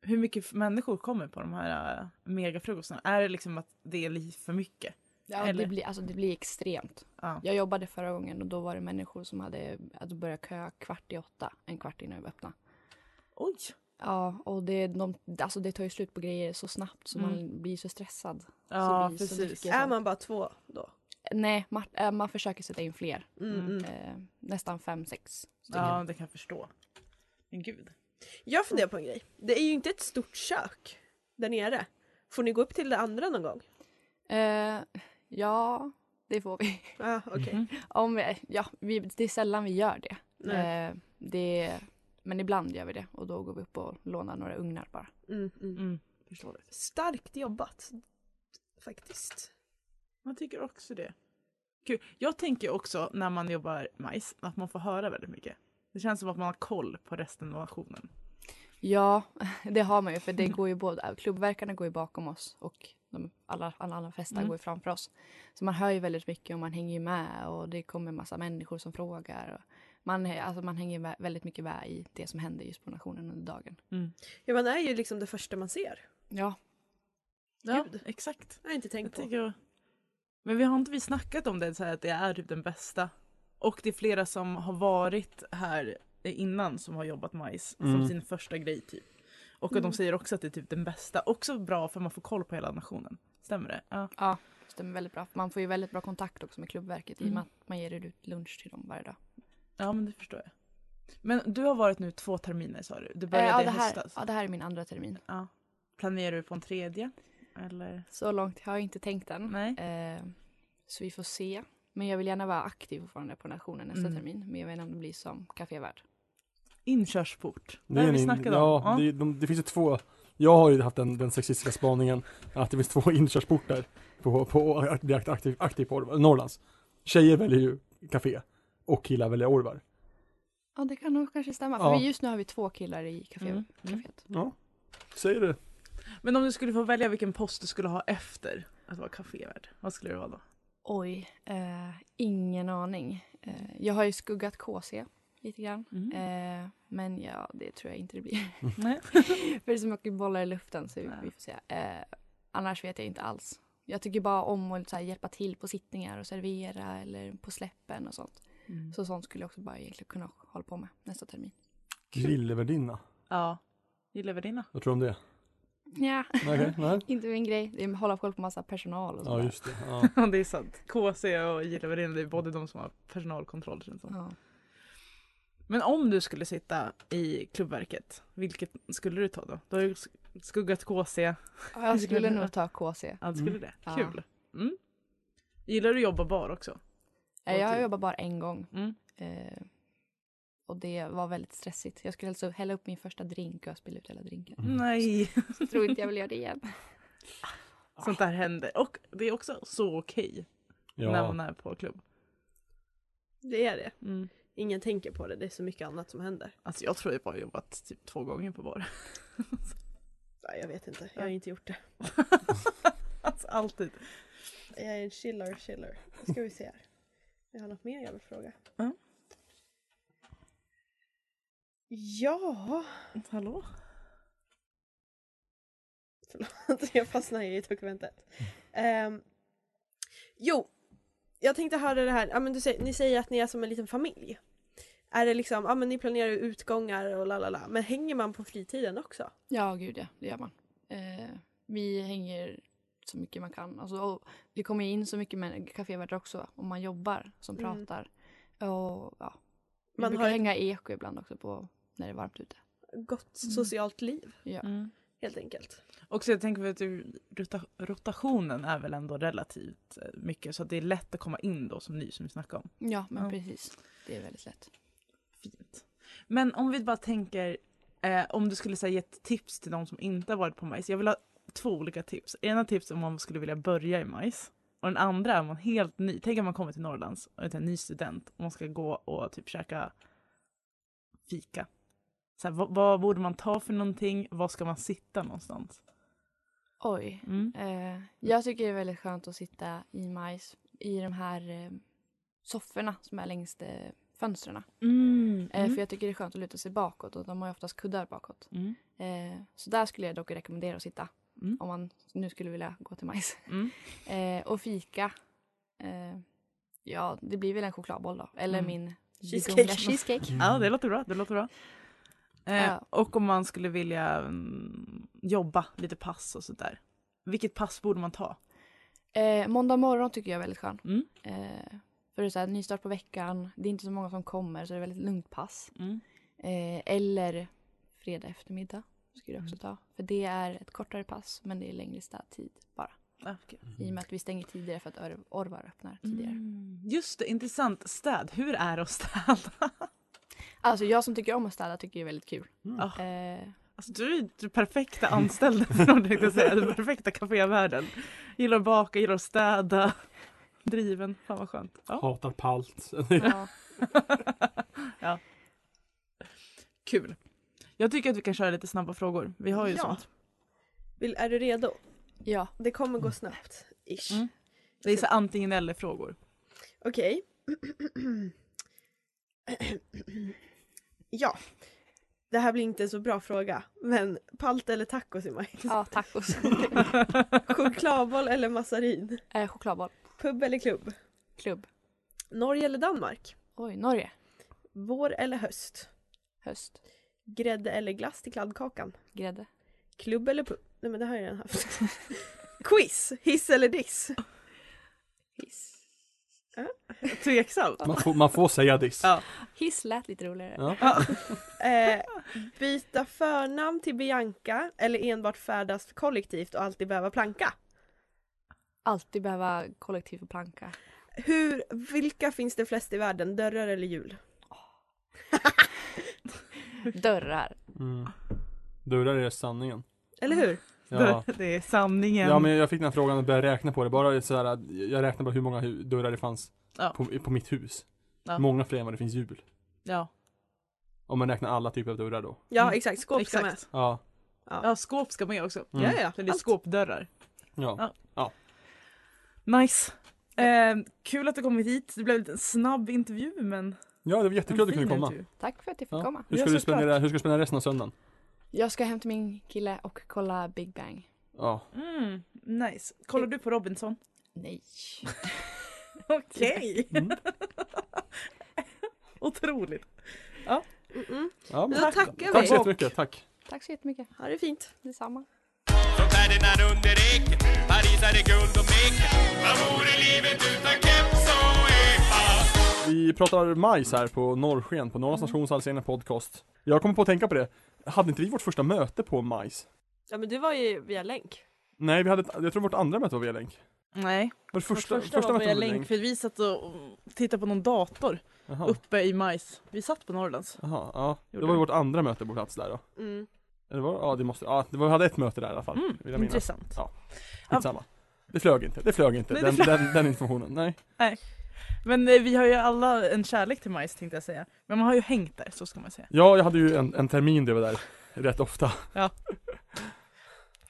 D: Hur mycket f- människor kommer på de här eh, megafrukostarna? Är det liksom att det är lite för mycket?
G: Ja,
D: Eller?
G: det, blir, alltså, det blir extremt.
D: Ja.
G: Jag jobbade förra gången och då var det människor som hade att börja köa kvart i åtta. En kvart innan vi öppnade.
D: Oj!
G: Ja, och det, de, alltså, det tar ju slut på grejer så snabbt så
D: Mm.
G: man blir så stressad.
D: Ja,
G: blir så
D: precis.
G: mycket.
E: Är man bara två då?
G: Nej, Mart, eh, man försöker sätta in fler.
E: Mm,
D: Mm.
E: mm.
G: Eh, nästan fem, sex.
D: Ja, det kan jag förstå. Men gud.
E: Jag funderar på en grej. Det är ju inte ett stort kök där nere. Får ni gå upp till det andra någon gång?
G: Eh, ja, det får vi. [LAUGHS]
E: Ja, Ah, okej.
D: Mm.
G: Om vi, ja, vi, det är sällan vi gör det.
E: Nej.
G: Eh, det. Men ibland gör vi det och då går vi upp och lånar några ugnar bara.
E: Mm, mm.
D: Mm, förstår det.
E: Starkt jobbat. Faktiskt.
D: Man tycker också det. Kul. Jag tänker också när man jobbar majs att man får höra väldigt mycket. Det känns som att man har koll på resten av nationen.
G: Ja, [LAUGHS] det har man ju för det går ju både, klubbverkarna går ju bakom oss och de, alla, alla, alla festar
D: Mm.
G: går ju framför oss. Så man hör ju väldigt mycket och man hänger ju med och det kommer massa människor som frågar. Och Man, eh, alltså, man hänger vä- väldigt mycket med i det som händer just på nationen under dagen.
E: Ja, man är ju liksom det första man ser.
G: Ja,
D: Ja,
E: Gud.
D: exakt.
E: Jag har inte
D: Jag
E: tänkt på.
D: tycker jag... Men vi har inte vi snackat om det så här att det är typ den bästa. Och det är flera som har varit här innan som har jobbat majs
C: Mm.
D: som sin första grej typ. Och att de säger också att det är typ den bästa. Också bra för man får koll på hela nationen. Stämmer det? Ja.
G: stämmer väldigt bra. Man får ju väldigt bra kontakt också med klubbverket i och
D: Mm.
G: med att man ger ut lunch till dem varje dag.
D: ja men det förstår jag. Men du har varit nu två terminer sa du. Du började
G: Eh, ja, det
D: i
G: här,
D: höstas.
G: ja, det här är min andra termin.
D: Ja. Planerar du på en tredje? Eller?
G: Så långt har jag inte tänkt än.
D: Nej.
G: Eh, så vi får se. Men jag vill gärna vara aktiv fortfarande på nationen nästa
D: Mm.
G: termin. Men jag vet inte om det blir som kafévärd.
D: Inkörsport.
C: Det
D: Det
C: är
D: har vi
C: en-
D: snackat om.
C: ja,
D: Ja.
C: Det, de, det finns ju två. Jag har ju haft den, den sexistiska spaningen att det finns två [LAUGHS] inkörsportar på, på att bli akt- aktiv, aktiv på Orvar. Norrlands. Tjejer väljer ju café och killar väljer Orvar.
G: Ja, det kan nog kanske stämma.
C: Ja.
G: För vi- just nu har vi två killar i kafé,
D: Mm. Mm.
G: kaféet.
C: Ja, säger du.
D: Men om du skulle få välja vilken post du skulle ha efter att vara kafévärd, vad skulle det vara då?
G: Oj, eh, ingen aning. Eh, jag har ju skuggat KC lite grann.
D: Mm.
G: Eh, men ja, det tror jag inte det blir. [LAUGHS]
D: Nej.
G: För det är så mycket bollar i luften så vi,
D: Ja.
G: vi får se. Eh, annars vet jag inte alls. Jag tycker bara om att så här, hjälpa till på sittningar och servera eller på släppen och sånt.
D: Mm.
G: Så sånt skulle jag också bara egentligen kunna hålla på med nästa termin.
C: Grillvärdinna.
D: Ja. Gillar vi dina?
C: Vad tror du om det?
G: Ja,
C: Okej, [LAUGHS] nej.
G: [LAUGHS] inte min grej. Det är att hålla koll på massa personal och sånt
C: Ja,
G: där.
C: just det. Ja.
D: [LAUGHS] Ja, det är sant. KC och gillar vi dina, det är både de som har personalkontroll känns det som.
G: Ja.
D: Men om du skulle sitta i klubbverket, vilket skulle du ta då? Du har ju sk- skuggat KC.
G: Ja, Jag skulle nog ta Eh, KC.
D: Ja, du skulle det.
G: Ja.
D: Kul. Mm. Gillar du att jobba bar också?
G: Eh, Jag har jobbat bara en gång.
D: Mm.
G: Eh, och det var väldigt stressigt. Jag skulle alltså hälla upp min första drink och jag spillde ut hela drinken.
C: Mm.
D: Nej,
G: Jag [LAUGHS] tror inte jag vill göra det igen.
D: sånt där händer. Och det är också så okej när
C: ja.
D: man är på klubb.
E: Det är det.
D: Mm.
E: Ingen tänker på det. Det är så mycket annat som händer.
D: Alltså jag tror jag bara har jobbat typ två gånger på [LAUGHS] bar.
E: Nej, jag vet inte. Jag har inte gjort det.
D: alltså alltid.
E: Jag är en chiller chiller. Nu ska vi se här. Jag har något mer jag vill fråga.
D: Ja.
E: Ja, [LAUGHS]
D: Hallå?
E: förlåt. Jag fastnade i dokumentet. Ehm, jo, jag tänkte höra det här. Ja, men du säger, ni säger att ni är som en liten familj. Är det liksom, ja men ni planerar ju utgångar och la la la. Men hänger man på fritiden också?
G: Ja, gud ja. Det gör man. Eh, vi hänger så mycket man kan. Alltså, och det kommer ju in så mycket män- kafévärdar också om man jobbar som
E: Mm.
G: pratar. Och, ja. Vi
E: Man
G: brukar
E: har ett-
G: hänga i eko ibland också på, när det är varmt ute.
E: Gott
D: Mm.
E: socialt liv,
G: Ja.
E: helt enkelt.
D: Och så jag tänker väl att du- rota- rotationen är väl ändå relativt eh, mycket så att det är lätt att komma in då som ny som vi snackade om.
G: ja, men
D: Ja.
G: precis. Det är väldigt lätt.
D: Fint. Men om vi bara tänker eh, om du skulle säga ge ett tips till de som inte har varit på majs. Jag vill ha två olika tips. Ena tips om man skulle vilja börja i majs och den andra är om man helt ny. Tänk om man kommer till Norrlands och är en ny student och man ska gå och typ käka fika. Så här, vad, vad borde man ta för någonting? Var ska man sitta någonstans?
G: Oj.
D: Mm.
G: Eh, jag tycker det är väldigt skönt att sitta i majs i de här eh, sofforna som är längs eh, fönstren. Eh, För jag tycker det är skönt att luta sig bakåt och de har ju oftast kuddar bakåt.
D: Mm.
G: Eh, så där skulle jag dock rekommendera att sitta
D: Mm.
G: om man nu skulle vilja gå till majs. [LAUGHS]
D: Mm.
G: Eh, och fika. Eh, ja, det blir väl en chokladboll då. Eller
D: Mm.
G: min
E: Cheesecake.
G: goda cheesecake.
C: Mm.
D: Ja, det låter bra. Det låter bra. Eh,
G: Ja.
D: Och om man skulle vilja mm, jobba lite pass och sådär. Vilket pass borde man ta?
G: Eh, måndag morgon tycker jag är väldigt skön.
D: Mm.
G: Eh, för det är så här, nystart på veckan. Det är inte så många som kommer så det är väldigt lugnt pass.
D: Mm.
G: Eh, eller fredag eftermiddag skulle jag
D: Mm.
G: också ta. För det är ett kortare pass men det är längre städtid bara.
D: Ah, okej.
G: I och med att vi stänger tidigare för att Or- Orvar öppnar tidigare.
D: Mm. Just det, intressant. Städ. Hur är det att städa? [LAUGHS]
G: Alltså jag som tycker om att städa tycker det är väldigt kul.
D: Ah,
G: Eh,
D: alltså, du är den perfekta anställda [LAUGHS] för någon, tänkte jag säga. Den perfekta kafévärlden. Gillar att baka, gillar att städa. Driven. Fan vad skönt. [LAUGHS] Ja.
C: Hatar
G: [LAUGHS]
C: palt.
G: ja.
D: Kul. Jag tycker att vi kan köra lite snabba frågor. Vi har ju
E: Ja.
D: sånt.
E: Vill, är du redo?
G: ja.
E: Det kommer gå snabbt, ish.
D: Mm. Det är så antingen eller frågor.
E: Okej. ja. Det här blir inte en så bra fråga, men palt eller tacos i maj?
G: Ja, tacos.
D: [LAUGHS]
E: Chokladboll eller massarin?
G: eh, chokladboll.
E: Pub eller klubb?
G: Klubb.
E: Norge eller Danmark?
G: Oj, Norge.
E: Vår eller höst?
G: Höst.
E: Grädde eller glass till kladdkakan?
G: Grädde.
E: Klubb eller pub? Nej men det här har jag redan haft. Quiz! Hiss eller diss?
G: Hiss.
D: Tveksamt.
C: Man får, man får säga diss.
D: Ja.
G: Hiss lät lite roligare.
C: Ja.
E: Eh, byta förnamn till Bianca eller enbart färdas kollektivt och alltid behöva planka?
G: Alltid behöva kollektiv och planka.
E: Hur, vilka finns det flest i världen? Dörrar eller hjul?
G: Dörrar.
C: Mm. Dörrar är sanningen.
E: Eller hur?
C: Ja.
D: Det är sanningen.
C: ja, men jag fick den här frågan och började räkna på det. Bara så här, att jag räknade bara hur många hu- dörrar det fanns
D: Ja.
C: på, på mitt hus.
D: Ja.
C: Många fler än vad det finns hjul.
D: ja.
C: Om man räknar alla typer av dörrar då.
E: Ja
D: Mm.
E: exakt, skåp ska med.
D: Exakt.
C: Ja.
D: Ja, skåp ska med också.
C: Mm.
E: Ja, ja,
D: Så det är
E: allt.
D: skåpdörrar.
C: Ja.
D: Ja. Nice. Eh, kul att du kommit hit. Det blev en liten snabb intervju men... en
C: ja, det var jättekul att du
D: fin
C: kunde komma.
D: intervju.
G: Tack för att jag fick
C: Ja.
G: komma.
C: Hur,
D: Ja,
C: ska du
D: såklart.
C: spendera, hur ska du spendera resten av söndagen?
G: Jag ska hem till min kille och kolla Big Bang.
C: Ja.
D: Mm, nice. Kollar du på Robinson?
G: Nej.
D: [LAUGHS] Okej.
C: Mm.
D: [LAUGHS] Otroligt.
E: Mm-mm.
C: ja men,
E: Då tackar
C: tack
E: vi.
C: så jättemycket. Tack.
G: Tack så jättemycket.
E: Ha det fint.
G: Detsamma.
B: Från Ferdinand under eken Paris är det guld och meken Vad vore livet utan keps och epa?
C: Vi pratar majs här på Norrsken på
D: Mm.
C: Norra stations alldeles egna podcast. Jag kommer på att tänka på det. Hade inte vi vårt första möte på majs?
E: Ja men det var ju via länk.
C: Nej, vi hade, ett- jag tror vårt andra möte var via länk.
D: Nej,
C: Var det första,
D: vårt första, var via länk. För vi satt och tittade på någon dator
C: Jaha.
D: uppe i majs. Vi satt på Norrlands.
C: Jaha, ja. Det
D: Gjorde
C: var ju
D: vi.
C: vårt andra möte på plats där då.
E: Mm.
C: Eller var det? Ja, det måste, ja, det var, vi hade ett möte där i alla fall.
D: Mm,
C: vill jag minnas.
D: Intressant.
C: Ja. Skitsamma. Det flög inte, det flög inte,
D: Nej, det
C: den,
D: flög-
C: Den, den informationen. Nej.
D: Men eh, vi har ju alla en kärlek till majs tänkte jag säga. Men man har ju hängt där, så ska man säga.
C: Ja, jag hade ju en, en termin där jag var där rätt
D: [LAUGHS]
C: ofta.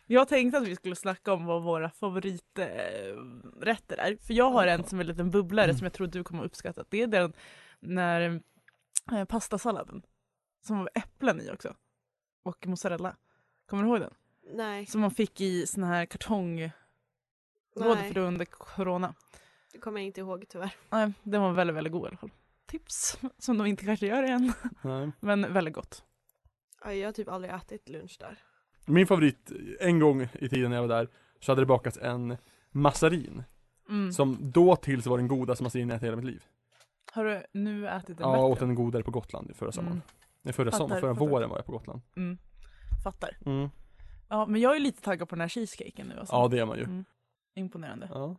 D: Jag tänkte att vi skulle snacka om vad våra favoriträtter är. För jag har en som är en liten bubblare
C: Mm.
D: som jag tror du kommer uppskatta. Det är den när eh, pastasalladen som var äpplen i också. Och mozzarella. Kommer du ihåg den?
E: Nej,
D: Som man fick i sån här kartonglådor för
E: nej.
D: det var under corona.
E: det kommer jag inte ihåg tyvärr.
D: Nej, den var väldigt, väldigt god i alla fall. Tips som de inte kanske gör än,
C: Nej.
D: men väldigt gott.
E: Ja, Jag har typ aldrig ätit lunch där.
C: Min favorit, en gång i tiden när jag var där, så hade det bakats en massarin.
D: Mm.
C: Som då tills var den godaste massarin jag ätit i hela mitt liv.
D: Har du nu ätit en
C: Ja, jag åt
D: bättre?
C: en godare på Gotland i förra sommaren.
D: Mm.
C: Nej, förra
D: Fattar,
C: sommaren, förra
D: fattar.
C: våren var jag på Gotland.
D: Mm. Fattar.
C: Mm.
D: Ja, men jag är lite taggad på den här cheesecaken nu alltså.
C: Ja, det är man ju.
D: Mm. Imponerande.
C: Ja.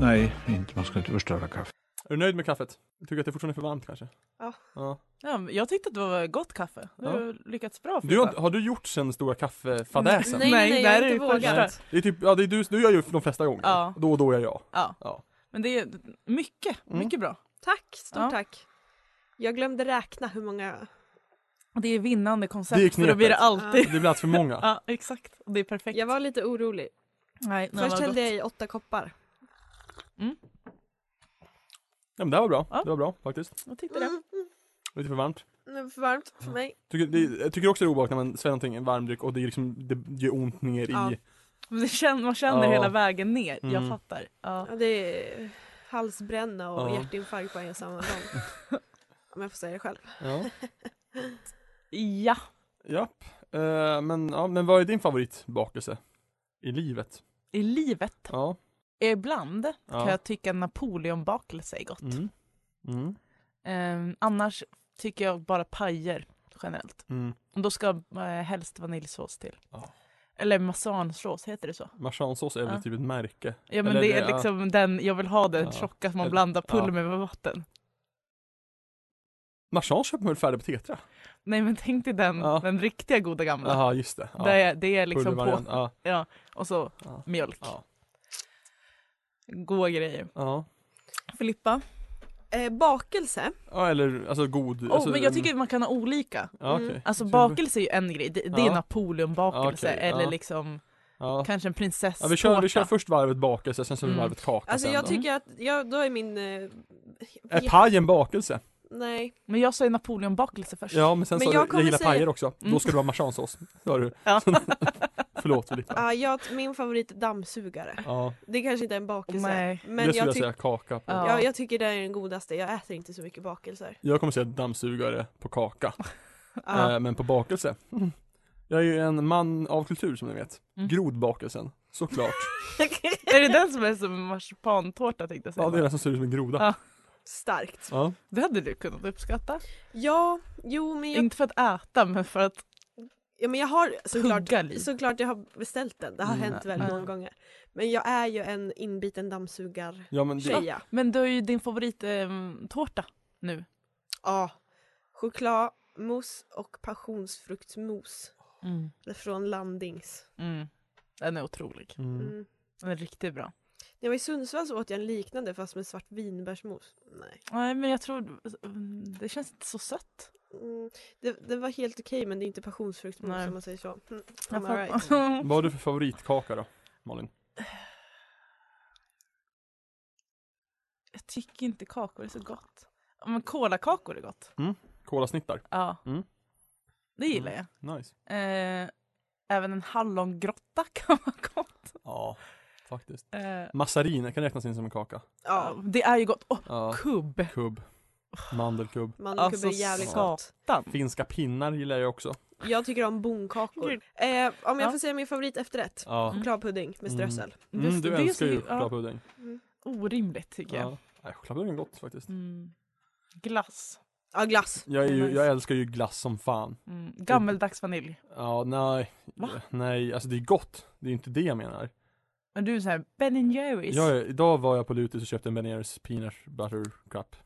H: Nej, inte. man ska inte förstöra kaffet.
C: Är du nöjd med kaffet? Tycker att det fortfarande är för varmt kanske?
E: Ja.
D: Ja, men jag tyckte att det var gott kaffe. Du
C: Ja.
D: har lyckats bra.
C: Du har,
D: Filippa.
C: har du gjort sen stora kaffefadäsen?
D: Nej, nej,
E: jag har
D: det är
E: inte
D: ju första.
E: vågat.
C: Det är typ, ja det är du, du gör ju de flesta gånger.
D: Ja.
C: Då och då gör jag.
D: Ja.
C: Ja.
D: Men det är mycket,
C: Mm.
D: mycket bra.
E: Tack, stort
D: Ja.
E: tack. Jag glömde räkna hur många.
D: Och Det är vinnande koncept
C: Det är
D: för då blir det
C: knepet.
D: alltid.
C: Det blir alldeles för många.
D: Ja, exakt. Och Det är perfekt.
E: Jag var lite orolig.
D: Nej, nej,
E: Först
D: vad gott.
E: hällde jag i åtta koppar.
C: Ja men det här var bra.
D: Ja.
C: Det var bra faktiskt.
D: jag tyckte
E: Mm,
D: det.
C: Lite för varmt.
E: Det var för varmt för mig.
C: Tycker, det, jag tycker också det är obehagligt när man sväljer någonting, en varm dryck och det, är liksom, det gör ont ner
E: Ja.
C: i.
D: Men det känner, man känner
C: Ja.
D: hela vägen ner. Jag
C: Mm.
D: fattar. Ja.
E: Ja, det är halsbränna och
C: Ja.
E: hjärtinfarkt på en och
C: [LAUGHS]
E: samma gång. Om jag får säga det själv.
C: Ja.
D: ja.
C: Japp. Eh, men, ja, men vad är din favoritbakelse? I livet?
D: I livet.
C: Ja.
D: Ibland kan
C: Ja.
D: jag tycka napoleonbakelse är gott.
C: Mm. Mm.
D: Ehm, annars tycker jag bara pajer generellt.
C: Mm.
D: Och Då ska eh, helst vaniljsås till.
C: Ja.
D: Eller massansås, heter det så?
C: Marsansås är väl
D: Ja.
C: typ ett märke?
D: Ja men
C: Eller
D: det är
C: det- ja.
D: liksom den, jag vill ha den
C: Ja.
D: tjocka som man
C: Eller-
D: blandar pulver
C: ja.
D: med vatten.
C: Marsans köper man väl färdig på Tetra?
D: Nej men tänk dig den,
C: Ja.
D: den riktiga goda gamla.
C: Jaha, just det. Ja.
D: Mm. Det, är, det är liksom på,
C: Pulvervariant. Ja.
D: och så
C: Ja.
D: mjölk.
C: Ja.
D: Goda grejer.
C: ja.
D: Filippa,
E: Eh, bakelse.
C: Ja, eller alltså god.
D: Oh,
C: alltså,
D: men jag tycker man kan ha olika.
C: Ja,
E: Mm.
C: okej.
D: Alltså
C: Så-
D: bakelse är ju en grej, det, det är
C: Ja.
D: Napoleonbakelse
C: Ja, okej, ja.
D: eller liksom
C: Ja.
D: kanske en
C: Ja,
D: prinsesstårta.
C: vi, kör, vi kör först varvet bakelse, sen så
D: Mm.
C: varvet kaka.
E: Alltså
C: sen
E: jag
C: då.
E: tycker att, ja, då är min... Eh,
C: Är paj en bakelse?
E: nej.
D: Men jag sa ju Napoleonbakelse först.
C: Ja, men sen
E: Men
C: sa du,
E: jag
C: jag,
E: kommer
C: gillar
E: säga-
C: pajer också.
D: Mm.
C: Då ska det vara marsansås, sa du. [LAUGHS]
D: Ja.
C: Förlåt Filippa.
E: Ah, jag, min favorit är dammsugare.
C: Ja,
E: Det kanske inte är en bakelse.
D: Nej.
C: men det
E: Men
C: skulle jag,
E: jag, tyck-
C: säga kaka på.
D: Ja.
E: ja, jag tycker det är den godaste. Jag äter inte så mycket bakelser. [LAUGHS]
C: Jag kommer säga dammsugare på kaka,
E: Ja.
C: eh, men på bakelse. Jag är ju en man av kultur som ni vet.
D: Mm.
C: Grodbakelsen, såklart.
D: Är det den som är som en marsipantårta tänkte jag säga?
C: Ja, det är den som ser ut som en groda.
D: Ja.
E: Starkt.
C: Ja.
D: Det hade du kunnat uppskatta.
E: Ja, jo men jag,
D: Inte för att äta men för att
E: ja, men jag har såklart,
D: tugga lite.
E: såklart jag har beställt den. Det har
C: Mm.
E: hänt väldigt
D: Ja.
E: många gånger. Men jag är ju en inbiten dammsugartjeja.
C: Ja, men det,
E: Ja,
D: Men du har ju din ehm, favorittårta nu.
E: choklad, mousse och passionsfruktsmousse
D: Mm.
E: från Landings.
D: Den är otrolig.
C: mm.
E: Mm.
D: Den är riktigt bra.
E: När jag var i Sundsvall så åt jag en liknande fast med svart vinbärsmousse. Nej.
D: Nej men jag tror, mm, det känns inte så sött.
E: Mm. Det, den var helt okej men det är inte
D: Nej.
E: passionsfruktmousse om man säger så. Mm.
D: Jag
E: Am I right?
D: fattar.
C: Vad har du för favoritkaka då, Malin?
D: [SIGHS] Jag tycker inte kakor är så gott. Ja, Men kolakakor är gott.
C: Kolasnittar?
D: Ja.
C: Mm.
D: Det gillar jag.
C: Nice.
D: Eh, även en hallongrotta [LAUGHS] kan vara gott.
C: Ja, faktiskt.
D: Eh,
C: Massariner kan räknas in som en kaka.
E: Ja,
D: Det är ju gott. Och
C: Ja.
D: kubb.
C: Kubb. Mandelkubb.
E: mandelkubb är
D: Alltså,
E: jävligt
D: satan.
E: gott.
C: Finska pinnar gillar jag också.
E: Jag tycker om bonkakor.
D: Gud.
E: Eh, om jag
D: Ja.
E: får säga min favorit efterrätt.
C: Ja.
E: Chokladpudding med
C: Mm.
E: strössel.
C: Mm,
D: Det-
C: du
D: det är
C: älskar
D: så-
C: ju
D: ja.
C: chokladpudding.
D: Orimligt tycker jag.
C: Ja. Nej, chokladpudding är gott faktiskt.
D: Mm. Glass.
E: Ja, glass.
C: Jag, är
D: Det är
C: ju,
D: nice.
C: jag älskar ju glass som fan.
D: Mm. Gammeldags vanilj.
C: Ja, nej.
D: Va?
C: Nej, alltså det är gott. Det är inte det jag menar.
D: Men du är såhär Ben Jerrys.
C: Jag, är- idag var jag på Lutis och köpte en Ben Jerrys peanut butter cup.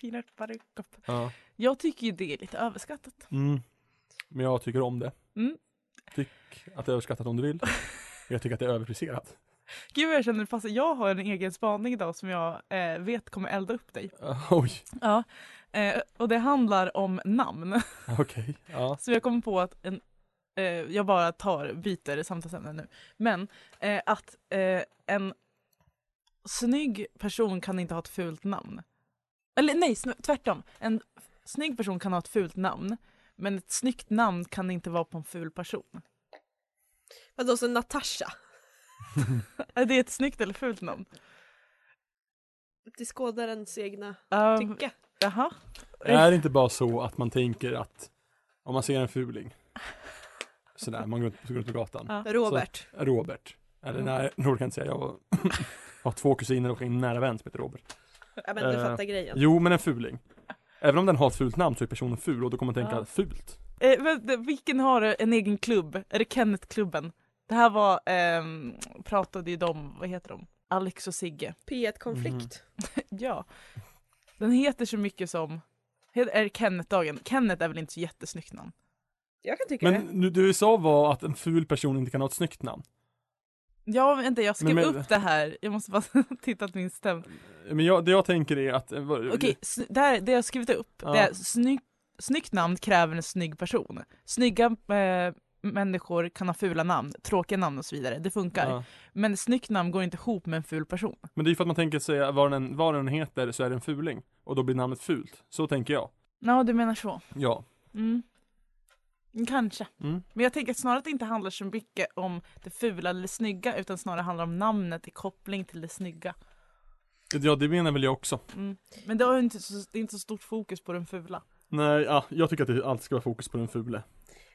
D: Peanut butter cup.
C: Ja.
D: Jag tycker ju det är lite överskattat.
C: Mm. Men jag tycker om det.
D: Mm.
C: Tyck att det är överskattat om du
D: [LAUGHS]
C: vill. Jag tycker att det är överpriserat. [LAUGHS]
D: Gud vad jag känner, fast jag har en egen spaning idag som jag eh, vet kommer elda upp dig.
C: Oj,
D: Ja. Eh, och det handlar om namn.
C: okej. Ja.
D: Så jag kom på att en, eh, jag bara tar, byter samtalsämne nu. Men eh, att eh, en snygg person kan inte ha ett fult namn. Eller nej, sn- tvärtom. En f- snygg person kan ha ett fult namn. Men ett snyggt namn kan inte vara på en ful person.
E: Vadå, så Natasha?
D: Är det ett snyggt eller fult namn?
E: Till skådarens egna
D: Ehm,
E: tycke.
D: Jaha.
C: Är det inte bara så att man tänker att om man ser en fuling, sådär, man går ut, går ut på gatan,
D: Ja. Mm.
E: Robert.
C: Robert. Eller nej, Robert kan jag inte säga. Jag var- har två kusiner och en nära vän som heter Robert.
E: Ja, men du
C: Eh,
E: fattar grejen.
C: Jo, men en fuling. Även om den har ett fult namn så är personen ful och då kommer man tänka
D: Ja.
C: fult.
D: Eh, vänta, vilken har en egen klubb? Är det Kennetklubben? Det här var, ehm, pratade ju de, vad heter de? Alex och Sigge.
E: P1-konflikt.
C: Mhm.
D: Ja. Den heter så mycket som... He- Är det Kenneth-dagen? Kenneth är väl inte så jättesnyggt namn?
E: Jag kan tycka
C: Men
E: det.
C: nu- det du sa var att en ful person inte kan ha ett snyggt namn.
D: Ja, vänta jag skrev
C: Men- men-
D: upp det här. Jag måste bara [LAUGHS] titta att min stämmer.
C: Men jag, det jag tänker är att... eh, vad-
D: Okej, sn- det, här, det jag har skrivit upp.
C: Ja.
D: Det är snygg, snyggt namn kräver en snygg person. Snygga eh, människor kan ha fula namn, tråkiga namn och så vidare. Det funkar.
C: ja.
D: Men snyggt namn går inte ihop med en ful person.
C: Men det är ju för att man tänker sig vad den, vad den heter så är det en fuling. Och då blir namnet fult. Så tänker jag.
D: Ja, du menar så.
C: Ja.
D: Mm. Kanske.
C: Mm.
D: Men jag tänker att snarare att det inte handlar så mycket om det fula eller det snygga utan snarare handlar om namnet i koppling till det snygga.
C: Ja, det menar väl jag också.
D: Mm. Men det, har ju inte så, det är inte så stort fokus på den fula.
C: Nej, ja, jag tycker att det alltid ska vara fokus på den fule.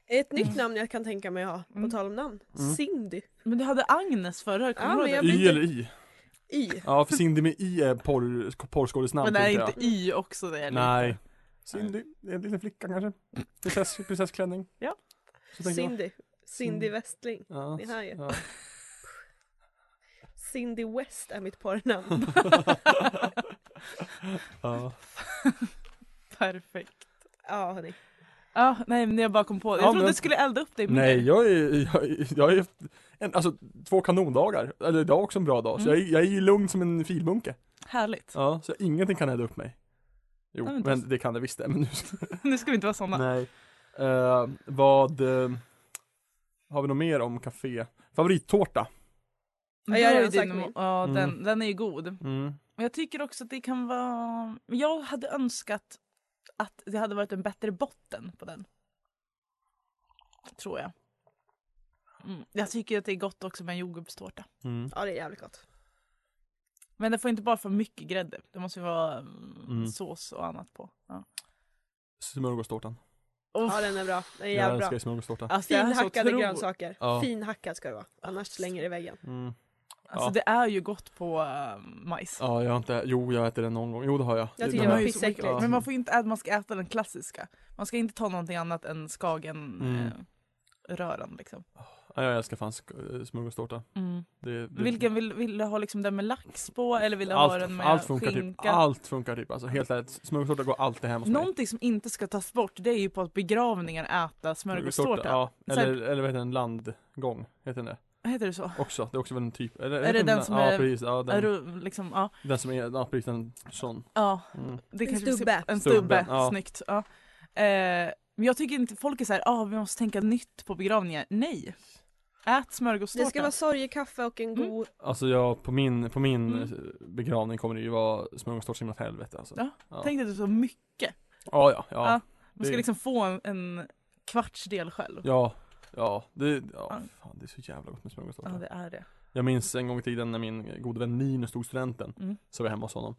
E: Ett nytt namn jag kan tänka mig ha, på
D: Mm.
E: tal om namn.
C: Mm.
E: Cindy.
D: Men du hade Agnes förra,
E: Ja,
D: kommer du
E: men
D: ihåg
E: jag
D: det?
E: blir
C: Y
E: inte-
C: eller I?
E: Y.
C: Ja, för Cindy med I är porr, porrskådisnamn
D: Men är
C: tänker jag.
D: inte Y också det? eller?
C: Nej. Cindy, det är en liten flicka kanske.
D: [LAUGHS]
C: Prinsess, prinsessklänning.
D: Ja.
C: Så tänker jag.
E: Cindy. Cindy Westling.
C: Ja.
E: Ni hör ju.
C: Ja. [LAUGHS]
E: Cindy West är mitt porrnamn.
C: Ja.
D: Perfekt.
E: ja hörni.
D: Ja, nej men jag bara kom på det.
C: Ja,
D: Jag trodde
C: men-
D: det skulle elda upp dig mer.
C: Nej, jag är, jag, är- jag är en, alltså två kanondagar. Eller idag också en bra dag. Så
D: Mm.
C: jag, är, jag är ju lugn som en filbunke.
D: Härligt. [LAUGHS]
C: Ja, så ingenting kan elda upp mig. Jo,
D: Ja, men
C: men,
D: då-
C: det kan det visst det, men nu
D: Nu ska vi inte vara såna.
C: Nej. Eh, vad eh, har vi något mer om café? Favorittårta?
D: Men
E: Ja, jag
D: du
E: har
D: har ju
E: redan sagt
D: din-
E: min.
D: Ja,
C: Mm.
D: den, den är ju god. Men jag tycker också att det kan vara... Jag hade önskat att det hade varit en bättre botten på den. Tror jag. Mm. Jag tycker att det är gott också med en jordgubbstårta.
C: Mm.
E: Ja det är jävligt gott.
D: Men det får inte bara för mycket grädde. Det måste ju vara mm,
C: Mm.
D: sås och annat på. Ja.
C: Smörgåstårtan.
E: Ja den är bra. Den är
C: Jag
E: jävligt
C: älskar
E: bra.
C: smörgåstårta.
D: Alltså, det är så Alltså.
E: Finhackade
D: otro-
E: grönsaker.
C: Ja.
E: Finhackad ska det vara. Annars slänger det i väggen.
C: Mm.
D: Alltså
C: Ja.
D: det är ju gott på eh, majs.
C: Ja, jag har inte, jo jag äter den någon gång. Jo det har jag.
E: Jag
C: Det-
E: tycker
C: den
D: det
E: var
C: har-
D: ju så
E: pissäckligt.
D: mycket- Men man får inte äta, man ska äta den klassiska. Man ska inte ta någonting annat än skagen
C: Mm.
D: eh, röran liksom. Mm.
C: ja, jag älskar fan sk- eh, smörgåstårta. Det, det,
D: Vilken vill, vill du ha liksom den med lax på eller vill du ha
C: allt,
D: den med
C: allt funkar
D: skinka?
C: typ. Allt typ. funkar typ. Alltså helt ärligt, smörgåstårta går alltid hem hos mig.
D: Någonting som inte ska tas bort det är ju på att begravningar äta smörgåstårta.
C: Ja,
D: Så här-
C: eller, eller vad heter den? Landgång. Heter den det?
D: Heter det så?
C: Också. Det är också väl en typ. Eller,
D: Är det den som
C: ja,
D: är-
C: Precis, ja, den,
D: Är du, liksom, ja.
C: den som är, ja precis en sån.
D: ja
C: Mm.
D: det
E: En
D: kanske vi ska-
E: stubbe.
D: En
C: Stubben,
D: stubbe,
C: ja.
D: snyggt. Ja. Eh, men jag tycker inte folk är så här, ah, vi måste tänka nytt på begravningar. Nej! Ät smörgåstårta.
E: Det ska vara sorgekaffe och en
D: Mm.
E: god...
C: Alltså jag, på min, på min
D: Mm.
C: eh, begravning kommer det ju vara smörgåstårta så himla åt helvete alltså.
D: Ja,
C: ja.
D: Tänk dig att du så mycket,
C: Ja, ja, ja.
D: Ja. man
C: det-
D: ska liksom få en, en kvartsdel själv.
C: Ja, ja, det,
D: Ja.
C: ja, fan, det är så jävla gott med smörgåstårta.
D: Ja, det är det.
C: Jag minns en gång i tiden när min gode vän Linus tog studenten,
D: Mm.
C: så var jag hemma hos honom.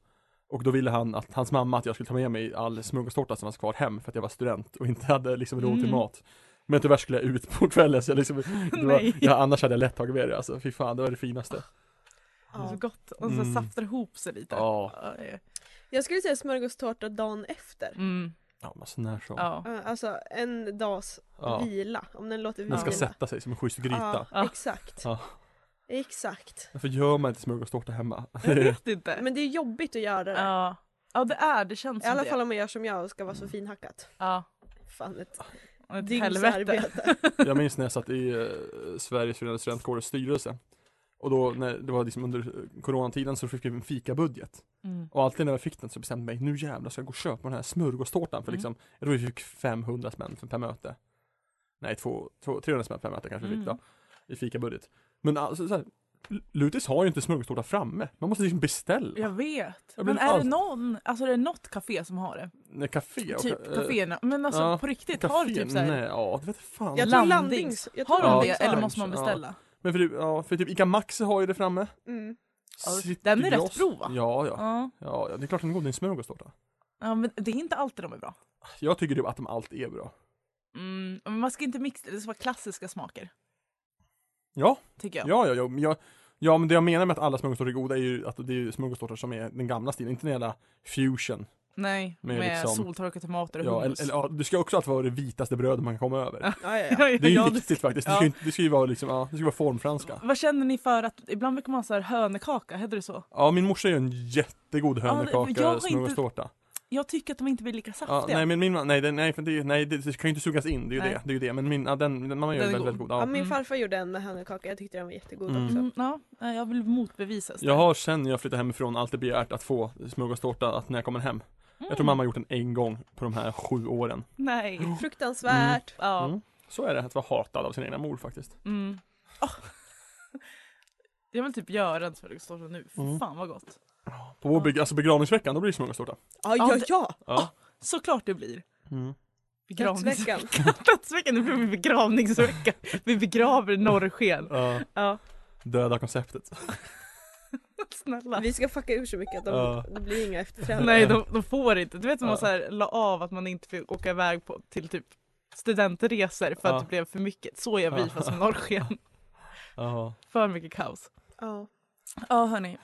C: Och då ville han att hans mamma att jag skulle ta med mig all smörgåstårta som fanns kvar hem för att jag var student och inte hade liksom råd till
D: Mm.
C: mat. Men tyvärr skulle jag ut på kvällen så jag liksom, det var,
D: [LAUGHS] Nej.
C: ja, annars hade jag lätt tagit med det alltså. Fy fan, det var det finaste.
D: Det är så gott. Och så
C: Mm.
D: saftar ihop sig lite.
C: Ja,
D: Ja, det är-
E: Jag skulle säga smörgåstårta dagen efter.
D: Mm,
C: ja men så när som.
D: ja.
E: Ja, Alltså en dags
C: Ja.
E: vila. Om den låter vila.
C: Den ska sätta sig som en schysst gryta.
E: Ja, exakt.
C: Ja.
E: Exakt.
C: Varför gör man inte smörgåstårta hemma?
D: Jag vet inte.
E: [LAUGHS] Men det är jobbigt att göra det.
D: Ja. ja, det är. Det känns
E: I alla
D: som
E: fall
D: det.
E: om man gör som jag och ska vara så finhackat.
D: Ja.
E: Fan ett
D: Ett
E: dygns
D: helvete.
E: arbete.
C: [LAUGHS] Jag minns när jag satt i eh, Sveriges förenade studentkårers styrelse Och då när det var liksom under eh, coronatiden så fick vi en fikabudget
D: [LAUGHS] Mm.
C: Och alltid när jag fick den så bestämde jag mig, nu jävlar ska jag gå och köpa den här smörgåstårtan för
D: Mm.
C: liksom Jag tror vi fick 500 spänn för per möte Nej, två, två, 300 spänn per möte kanske vi fick då
D: Mm.
C: I fikabudget Men alltså så här, L- Lutis har ju inte smörgåstårta framme Man måste liksom beställa
D: Jag vet.
C: Ja,
D: men
C: men
D: är det
C: allt-
D: någon, alltså är det något café som har det?
C: Nej, Café och
D: Typ
C: eh,
D: kaféerna. Men alltså
C: ja,
D: på riktigt,
C: café,
D: har det typ
C: Nej,
D: såhär
C: ja det vet fan
E: Jag tror landings. Jag tror
D: Har de det
E: landings
D: eller
E: har.
D: måste man
C: Ja.
D: beställa?
C: Men för, typ- ja, för typ Ica Maxi har ju det framme
E: Mm.
D: Ja,
C: City
D: den är rätt
C: Gross-
D: bra, va?
C: Ja, ja.
D: Ja.
C: Ja, ja, det är klart den är god, det är en smörgåstårta.
D: ja, men det är inte alltid de är bra.
C: Jag tycker ju att de alltid är bra.
D: Mm, men man ska inte mixa, det ska vara klassiska smaker.
C: Ja,
D: Tycker jag.
C: ja, ja, ja, men jag, ja men det jag menar med att alla smörgåstårtor är goda är ju att det är ju smörgåstårtor som är den gamla stilen, inte den jävla fusion.
D: Nej,
C: Med
D: med,
C: liksom-
D: soltorkade tomater och
C: Ja,
D: hummus.
C: eller, eller, ja, det ska också alltid vara det vitaste brödet man kan komma över.
E: Ja, ja, ja.
D: [LAUGHS] Ja, ja,
C: Det är ju
D: ja,
C: viktigt faktiskt, det ska, ju inte- det ska ju vara liksom, ja, det ska vara formfranska.
D: Vad känner ni för att, ibland brukar man ha så här hönekaka, heter det så?
C: Ja, min morsa gör en jättegod
D: det- jag har
C: hönökaka
D: inte-
C: smörgåstårta.
D: Jag tycker att de inte blir lika
C: Ja,
D: saftiga.
C: nej men min ma- nej, den- nej, för det, nej det, det kan ju inte sugas in, det är ju
D: Nej.
C: det, det är ju det. Men min, ja, den, den mamma gör
D: Den
C: den väldigt,
D: är god.
C: väldigt god. Ja.
E: Ja, min
D: Mm.
E: farfar gjorde en med hönökaka, jag tyckte den var jättegod
C: Mm.
E: också.
D: Mm, ja, nej, jag vill motbevisas. där.
C: Jag har sen när jag flyttade hemifrån alltid begärt att få smörgåstårta att när jag kommer hem. Jag tror mamma har gjort den en gång på de här sju åren.
D: Mm. Nej.
E: Fruktansvärt.
D: Ja.
C: Mm. Så är det att vara hatad av sin egna mor faktiskt.
D: Mm. Åh. [LAUGHS] Jag vill typ göra en smörgåstårta nu. Fy
C: Mm.
D: Fan vad gott.
C: På vår beg- alltså begravningsveckan, då blir det smörgåstårta.
E: Ja, ja, ja.
C: Ja.
D: Såklart det blir.
C: Mm.
D: [LAUGHS] Begravnings...
E: Dödsveckan.
D: Dödsveckan, det blir begravningsvecka. Vi begraver norrsken.
C: Ja,
D: [LAUGHS] Ja,
C: döda konceptet.
D: snälla.
E: Vi ska fucka ur så mycket att de,
C: Ja.
E: det blir inga efterträdare.
D: Nej, de, de får inte. Du vet när man
C: Ja.
D: så här, la av att man inte fick åka iväg på, till typ studentresor för att
C: Ja.
D: det blev för mycket. Så gör vi
C: Ja.
D: fast
C: [LAUGHS]
D: med norrsken.
C: Ja.
D: För mycket kaos.
E: Ja.
D: Ja, hörni.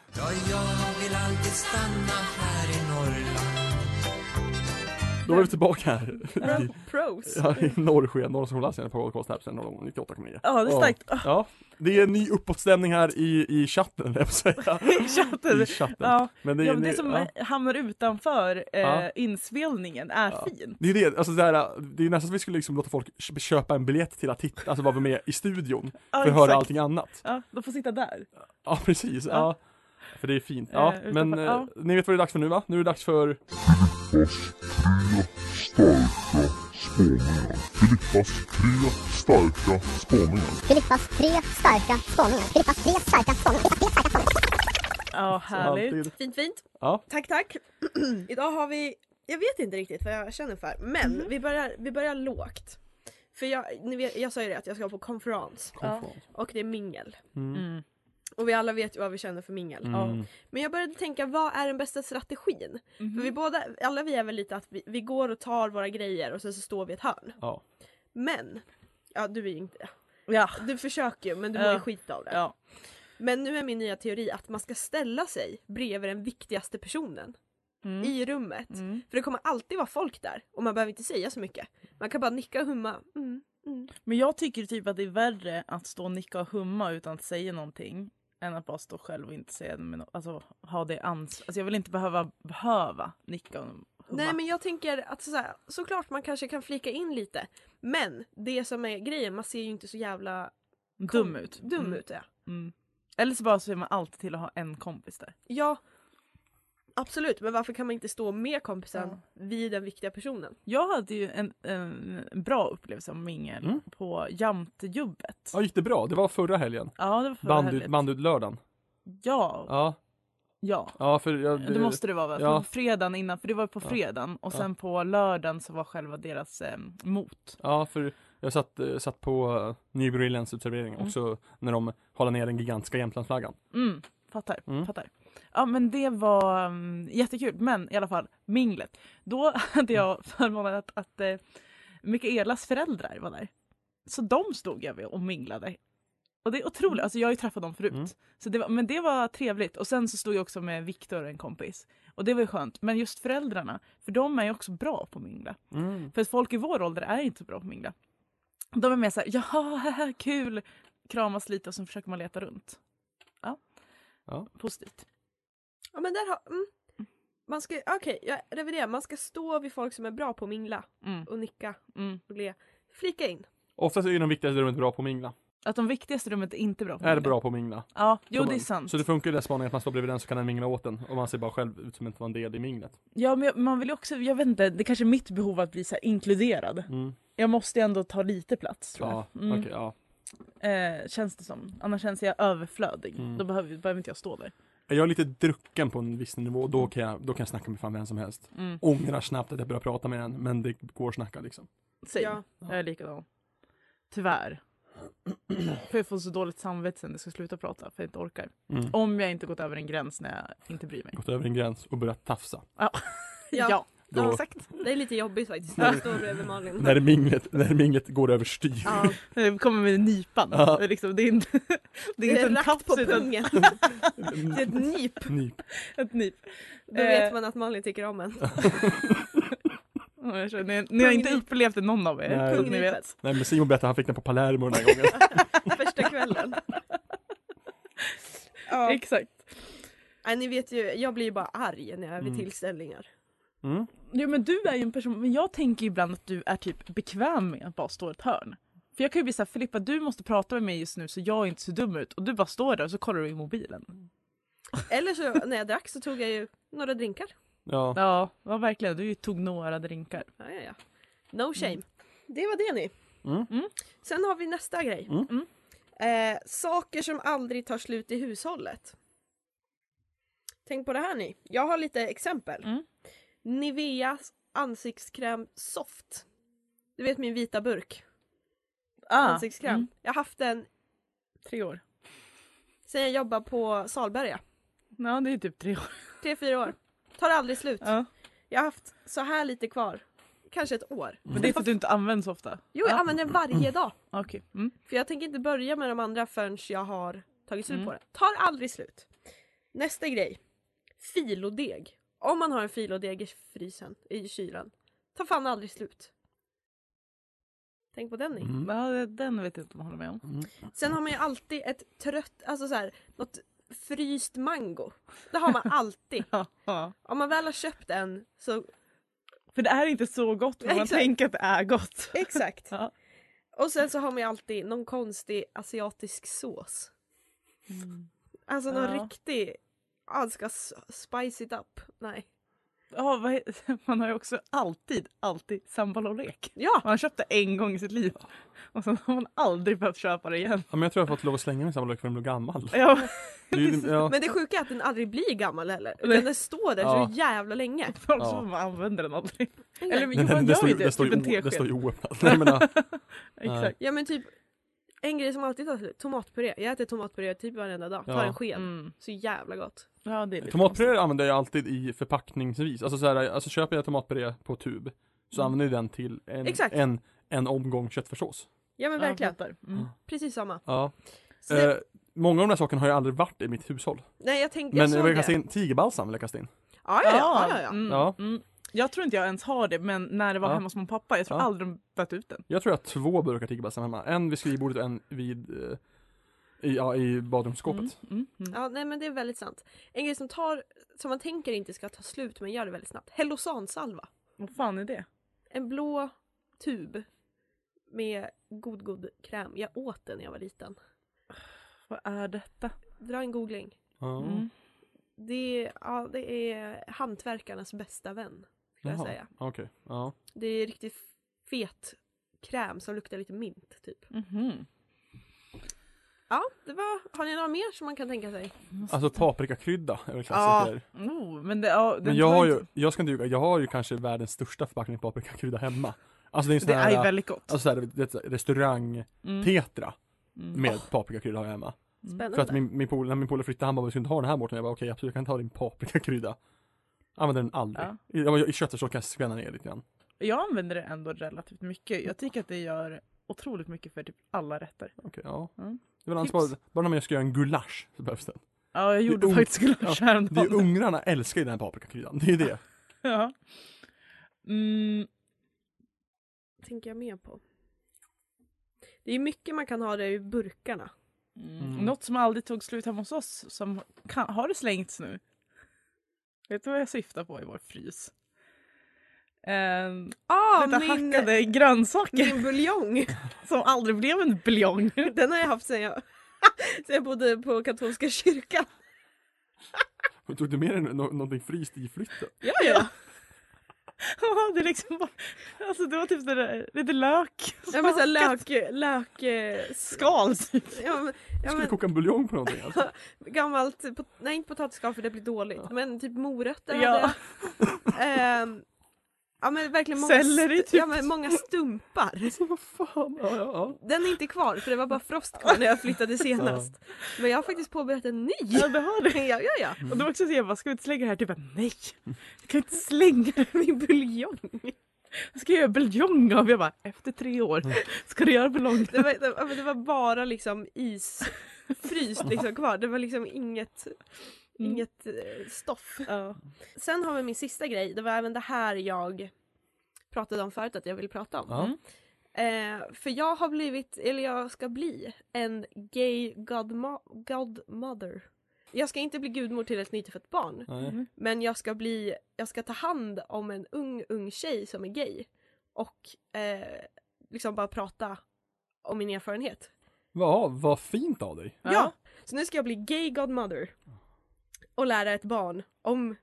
C: Då är vi tillbaka här. I,
E: Pros.
C: [LAUGHS] ja, i norrsken, norra Solhalsien på Podcast här sen 98,9.
D: Ja, det är starkt.
C: Ja, det är en ny uppåtstämning här i, i chatten, [LAUGHS] höll jag på att säga.
D: I chatten.
C: I chatten.
D: Ja.
C: Men
D: Det,
C: det,
D: ja, men det
C: det-
D: som
C: ja.
D: hamnar utanför eh,
C: Ja.
D: inspelningen är
C: Ja.
D: fint.
C: Det är ju det, alltså det, här, det är nästan som vi skulle liksom låta folk kö- köpa en biljett till att titta, alltså vara med i studion
D: [LAUGHS] Ja,
C: för att höra
D: exakt.
C: allting annat.
D: Ja, de får sitta där.
C: Ja precis, ja.
D: Ja.
I: för det är fint. Ja,
D: Eh, utanför-
I: men eh,
D: ja.
I: ni vet vad det är dags för nu va? Nu är det dags för...
J: Filippas tre starka spåningar. Filippas tre starka spåningar.
K: Filippas tre starka spaningar. Filippas tre starka spaningar.
D: Ja, härligt.
I: Alltid.
E: Fint fint.
I: Ja.
E: Tack tack. [CLEARS THROAT] Idag har vi, jag vet inte riktigt vad jag känner för, men vi, börjar, vi börjar lågt. För jag, ni vet, jag sa ju det att jag ska på konferens och det är mingel.
D: Mm.
E: Och vi alla vet ju vad vi känner för mingel.
I: Mm.
E: Men jag började tänka, vad är den bästa strategin?
D: Mhm.
E: För
D: Mm.
E: vi båda, alla vi är väl lite att vi, vi går och tar våra grejer och sen så står vi i ett hörn.
I: Ja.
E: Men, ja du är ju inte
D: Ja.
E: Du försöker ju men du mår ju
D: Ja.
E: skit av det.
D: Ja.
E: Men nu är min nya teori att man ska ställa sig bredvid den viktigaste personen
D: Mm.
E: i rummet.
D: Mm.
E: För det kommer alltid vara folk där och man behöver inte säga så mycket. Man kan bara nicka och humma. Mm, mm.
D: Men jag tycker typ att det är värre att stå och nicka och humma utan att säga någonting än att bara stå själv och inte säga men alltså, ha det ans- alltså, Jag vill inte behöva behöva nicka och humma.
E: Nej men jag tänker att så här, såklart man kanske kan flika in lite. Men det som är grejen, man ser ju inte så jävla kom-
D: Dum ut.
E: Dum
D: Mm.
E: ut ja.
D: Mm. Eller så bara ser man alltid till att ha en kompis där.
E: Ja. Absolut, men varför kan man inte stå med kompisen vid den viktiga personen?
D: Jag hade ju en, en bra upplevelse av mingel
I: Mm.
D: på Jamtejubbet.
I: ja, gick det bra? Det var förra helgen.
D: Ja, det var förra
I: Bandut,
D: helgen.
I: bandut-lördagen.
D: Ja,
I: Ja,
D: ja.
I: ja för jag...
D: Det måste det vara va?
I: ja.
D: På fredagen innan, för det var ju på
I: Ja.
D: fredagen och sen på lördagen så var själva deras eh, mot.
I: Ja, för jag satt, eh, satt på eh, Nybrillians uteservering
D: Mm.
I: också när de halade ner den gigantiska Jämtlandsflaggan.
D: Mm, fattar,
I: Mm.
D: fattar. Ja men det var mm, jättekul, men i alla fall minglet. Då [LAUGHS] hade
I: Mm.
D: jag förmånen att, att eh, Mikaelas föräldrar var där. Så de stod jag vid och minglade. Och det är otroligt, alltså jag har ju träffat dem förut.
I: Mm.
D: Så det var, men det var trevligt. Och sen så stod jag också med Viktor, en kompis. Och det var ju skönt. Men just föräldrarna, för de är ju också bra på att mingla. För att folk i vår ålder är inte så bra på att mingla. De är mer såhär, jaha, haha, kul, kramas lite och så försöker man leta runt. Ja,
I: Ja.
D: positivt.
E: Ja men där har... Mm. Man ska, okej jag reviderar, man ska stå vid folk som är bra på att mingla
D: Mm,
E: och nicka
D: mm.
E: och le. Flika in.
I: Oftast är ju de viktigaste rummet bra på att mingla.
D: Att de viktigaste rummet är inte bra på att
I: Är
D: mingla.
I: bra på att mingla.
D: Ja, jo
I: Så
D: det är
I: man-
D: sant.
I: Så det funkar ju den spaningen att man står bredvid den så kan den mingla åt den och man ser bara själv ut som inte var en del i minglet.
D: Ja men jag- man vill ju också, jag vet inte, det kanske är mitt behov att bli så här inkluderad.
I: Mm.
D: Jag måste ju ändå ta lite plats tror
I: Ja,
D: jag. Mm.
I: okej, ja.
D: Eh, känns det som. Annars känns jag överflödig.
I: Mm.
D: Då behöver, behöver inte jag stå där.
I: Är jag lite drucken på en viss nivå, då kan jag, då kan jag snacka med fan vem som helst.
D: Mm.
I: Ångrar snabbt att jag börjar prata med den, men det går att snacka liksom.
D: Säg.
E: Ja.
D: Jag är likadan. Tyvärr. För jag får så dåligt samvete sen när jag ska sluta prata för jag inte orkar.
I: Mm.
D: Om jag inte gått över en gräns när jag inte bryr mig.
I: Gått över en gräns och börjat tafsa.
E: [LAUGHS] Ja.
I: Då,
D: exakt.
E: Det är lite jobbigt faktiskt när jag står bredvid Malin.
I: när, minglet, när minglet går överstyr. [LAUGHS]
E: Ja,
D: Jag kommer med nypan.
I: Ja.
D: Det är Liksom, det är inte, det är
E: det
D: inte
E: är
D: en
E: rakt på
D: tafs utan [LAUGHS]
E: pungen. Det är ett nyp.
I: Nyp.
D: ett nyp.
E: Då vet man att Malin tycker om
D: [LAUGHS]
E: en.
D: Ja, jag känner- Ni, ni har inte
E: Pungnyp.
D: upplevt det någon av er.
I: Nej.
D: så att Ni vet.
I: Nej men Simon berättade att han fick den på Palermo den här
D: [LAUGHS]
I: gången.
E: Första kvällen. Ja.
D: Exakt.
E: Nej, ni vet ju, jag blir ju bara arg när jag är vid
I: Mm.
E: tillställningar.
I: Mm.
D: Jo men du är ju en person, men jag tänker ibland att du är typ bekväm med att bara stå i ett hörn. För jag kan ju bli såhär Filippa du måste prata med mig just nu så jag inte ser dum ut och du bara står där och så kollar du i mobilen.
E: Eller så när jag drack så tog jag ju några drinkar.
I: Ja.
D: Ja, ja verkligen du tog några drinkar.
E: Ja, ja, ja. No shame. Mm. Det var det ni.
I: Mm.
D: Mm.
E: Sen har vi nästa grej.
I: Mm.
D: Mm.
E: Eh, saker som aldrig tar slut i hushållet. Tänk på det här ni. Jag har lite exempel.
D: Mm.
E: Niveas ansiktskräm soft. Du vet min vita burk
D: Ah,
E: ansiktskräm.
D: mm,
E: Jag har haft den
D: tre år.
E: sen jag jobbade på Salberga.
D: Ja det är typ tre år.
E: Tre, fyra år. Tar aldrig slut.
D: Ja.
E: Jag har haft så här lite kvar. Kanske ett år.
D: Men det är för att du inte använder så ofta?
E: Jo, jag
D: ja.
E: använder den varje dag.
D: Okej. Mm.
E: För jag tänker inte börja med de andra förrän jag har tagit slut
D: Mm.
E: på det. Tar aldrig slut. Nästa grej. Filodeg. Om man har en filodeg i frysen, i kylen. Tar fan aldrig slut. Tänk på den ni.
I: Mm.
D: Ja, det- den vet jag inte om jag håller med om.
E: Sen har man ju alltid ett trött, alltså så här, något fryst mango. Det har man alltid.
D: Ja, ja.
E: Om man väl har köpt en så,
D: För det är inte så gott men man
E: Exakt.
D: tänker att det är gott.
E: [LAUGHS] exakt.
D: Ja.
E: Och sen så har man ju alltid någon
D: Mm.
E: konstig asiatisk sås. Alltså någon
D: Ja.
E: riktig ah, ska s- spice it up. Nej.
D: Ja, vad he- [LAUGHS] man har ju också alltid, alltid sambalollek.
E: Ja!
D: Man har köpt det en gång i sitt liv. Och sen har man aldrig behövt köpa det igen.
C: Ja, men jag tror jag har fått lov att slänga min samlarlek för den blev gammal.
D: Ja,
C: Det är ju- ja.
E: Men det sjuka är att den aldrig blir gammal heller.
D: Nej.
E: Utan den står där
C: Ja.
E: så jävla länge.
D: [LAUGHS] folk
C: Ja.
D: som använder den aldrig.
E: Nej.
D: Eller
C: Den-
D: Johan
C: den
D: gör
C: står
D: ju
C: ju-
D: det,
C: den står
D: typ
C: ju
D: en
C: o- Den står ju
D: tesked. [LAUGHS]
C: oöppnad. Nej, men, äh, ja.
D: Exakt.
E: Ja men typ en grej som alltid tar slut, tomatpuré. Jag äter tomatpuré typ varenda dag, tar
C: Ja.
E: en sked.
D: Mm.
E: Så jävla gott.
D: Ja, det är lite
C: Tomatpuré använder jag alltid i förpackningsvis. Alltså, så här, alltså köper jag tomatpuré på tub så
D: Mm.
C: använder jag den till en,
E: Exakt.
C: en, en omgång köttfärssås.
E: Ja men
D: konstigt.
E: verkligen,
D: Ja, jag fattar. mm.
E: precis samma.
C: Ja.
E: Så
C: Eh, många av de här sakerna har ju aldrig varit i mitt hushåll.
E: Nej jag tänkte, jag
C: Men
E: såg
C: jag vill kasta
E: det.
C: in tigerbalsam vill jag kasta in.
E: Ja ja ja. ja, ja, ja.
D: Mm,
C: Ja.
D: Mm. Jag tror inte jag ens har det, men när det var
C: Ja.
D: hemma hos min pappa, jag tror
C: Ja.
D: aldrig de böt ut den.
C: Jag tror jag har två burkar tigerbalsam hemma. En vid skrivbordet och en vid eh, i, ja, i badrumsskåpet.
D: Mm, mm, mm.
E: Ja nej men det är väldigt sant. En grej som tar, som man tänker inte ska ta slut men gör det väldigt snabbt. Hellosansalva.
D: Vad fan är det?
E: En blå tub. Med god god kräm. Jag åt den när jag var liten.
D: Vad är detta?
E: Dra en googling.
C: Ja.
D: Mm.
E: Det är, ja, det är hantverkarnas bästa vän. Skulle jag
C: Jaha.
E: säga.
C: Okej. Ja.
E: Det är riktigt fet kräm som luktar lite mint typ.
D: Mhm.
E: Ja, det var, har ni några mer som man kan tänka sig?
C: Alltså paprikakrydda är väl klassiker.
D: Oh, men det, ja, den
C: Men jag
D: tar
C: har
D: inte-
C: ju, jag ska inte ljuga, jag har ju kanske världens största förpackning paprikakrydda hemma. Alltså det är en sån
D: Det
C: här,
D: är väldigt gott.
C: alltså så här, det är ett restaurang-tetra
D: Mm. Mm.
C: med paprikakrydda har jag hemma.
E: Spännande.
C: För att min, min polare, när min polare flyttade, han bara vi ska inte ha den här Mårten. Jag bara okej absolut, jag kan ta din paprikakrydda. Använder den aldrig.
D: Ja.
C: I, jag, I köttfärssås kan jag skvänna ner lite grann.
D: Jag använder det ändå relativt mycket. Jag tycker att det gör otroligt mycket för typ alla rätter.
C: Okej, ja.
D: Mm.
C: Det var annars
D: Tips.
C: bara, bara när jag ska göra en gulasch så behövs den.
D: Ja, jag gjorde
C: ung-
D: faktiskt gulasch
C: ja, Det är ju
D: [LAUGHS] häromdagen.
C: ungrarna älskar ju den här paprikakryddan, det är ju det.
D: Ja. Mm,
E: tänker jag mer på. Det är mycket man kan ha där i burkarna.
D: mm. Något som aldrig tog slut hemma hos oss, som kan, har det slängts nu? Vet du vad jag syftar på i vår frys? Ehm,
E: Ah,
D: lite
E: min,
D: hackade grönsaker [LAUGHS]
E: min buljong!
D: som aldrig blev en buljong.
E: Den har jag haft sedan jag, [LAUGHS] sen jag bodde på katolska kyrkan.
C: Tog du med dig nå- någonting fryst i flytten?
D: [LAUGHS]
E: Ja, ja.
D: det, är liksom bara, alltså det var typ det där, lite lök.
E: ja men såhär lök... lök eh, s-
D: skal typ.
E: ja, men, ja,
C: Ska vi
E: men,
C: koka en buljong på någonting
D: [LAUGHS]
C: alltså?
E: gammalt, pot- nej inte potatisskal för det blir dåligt, men typ morötter
D: Ja. [LAUGHS]
E: hade jag. Ehm, ja men verkligen många,
D: Selleri,
E: st-
D: typ.
E: ja, men många stumpar.
C: Alltså vad fan, ja ja ja.
E: Den är inte kvar för det var bara frost kvar när jag flyttade senast. Men jag har faktiskt påbörjat en ny.
D: Ja det har
E: [LAUGHS]
D: det.
E: Ja, ja, ja.
D: Och då också säger jag bara, ska vi inte slänga det här? Typ bara, nej! Jag kan inte slänga min buljong! Vad ska jag göra buljong av? Jag bara, efter tre år ska du göra buljong.
E: Det var, det, ja, men det var bara liksom is, fryst liksom kvar. Det var liksom inget,
D: Mm.
E: inget eh, stoff.
D: Ja.
E: Sen har vi min sista grej. Det var även det här jag pratade om förut att jag vill prata om.
D: Mm.
C: Ja.
E: Eh, för jag har blivit, eller jag ska bli, en gay godma- godmother. Jag ska inte bli gudmor till ett nytillfött barn.
C: Nej.
E: Men jag ska bli, jag ska ta hand om en ung, ung tjej som är gay. Och eh, liksom bara prata om min erfarenhet.
C: Ja, vad fint av dig.
E: Ja. Så nu ska jag bli gay godmother. Och lära ett barn om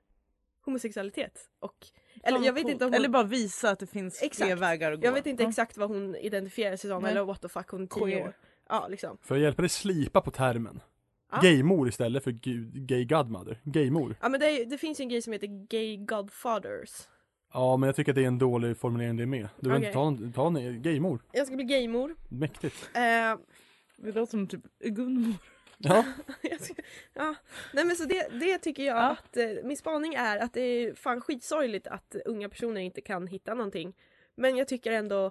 E: homosexualitet. Och, eller jag vet inte om hon,
D: Eller bara visa att det finns fler
E: Exakt.
D: vägar att gå.
E: jag vet inte
D: Ja.
E: exakt vad hon identifierar sig som
D: Nej.
E: eller what the fuck hon är tio
D: Queer.
E: år. Ja liksom.
C: För jag hjälper dig slipa på termen.
E: Ja.
C: Gaymor istället för gud, gay godmother. Gaymor.
E: Ja men det, är, det finns ju en grej som heter gay godfathers.
C: Ja, men jag tycker att det är en dålig formulering det med. Du behöver
E: Okej.
C: inte ta, ta en gaymor.
E: Jag ska bli gaymor.
C: Mäktigt.
E: Eh, [LAUGHS]
D: Det låter som typ Gunvor.
C: Ja.
E: Mm. Jag ska- ja. Nej men så det, det tycker jag
D: Ja.
E: att, eh, min spaning är att det är fan skitsorgligt att unga personer inte kan hitta någonting. Men jag tycker ändå,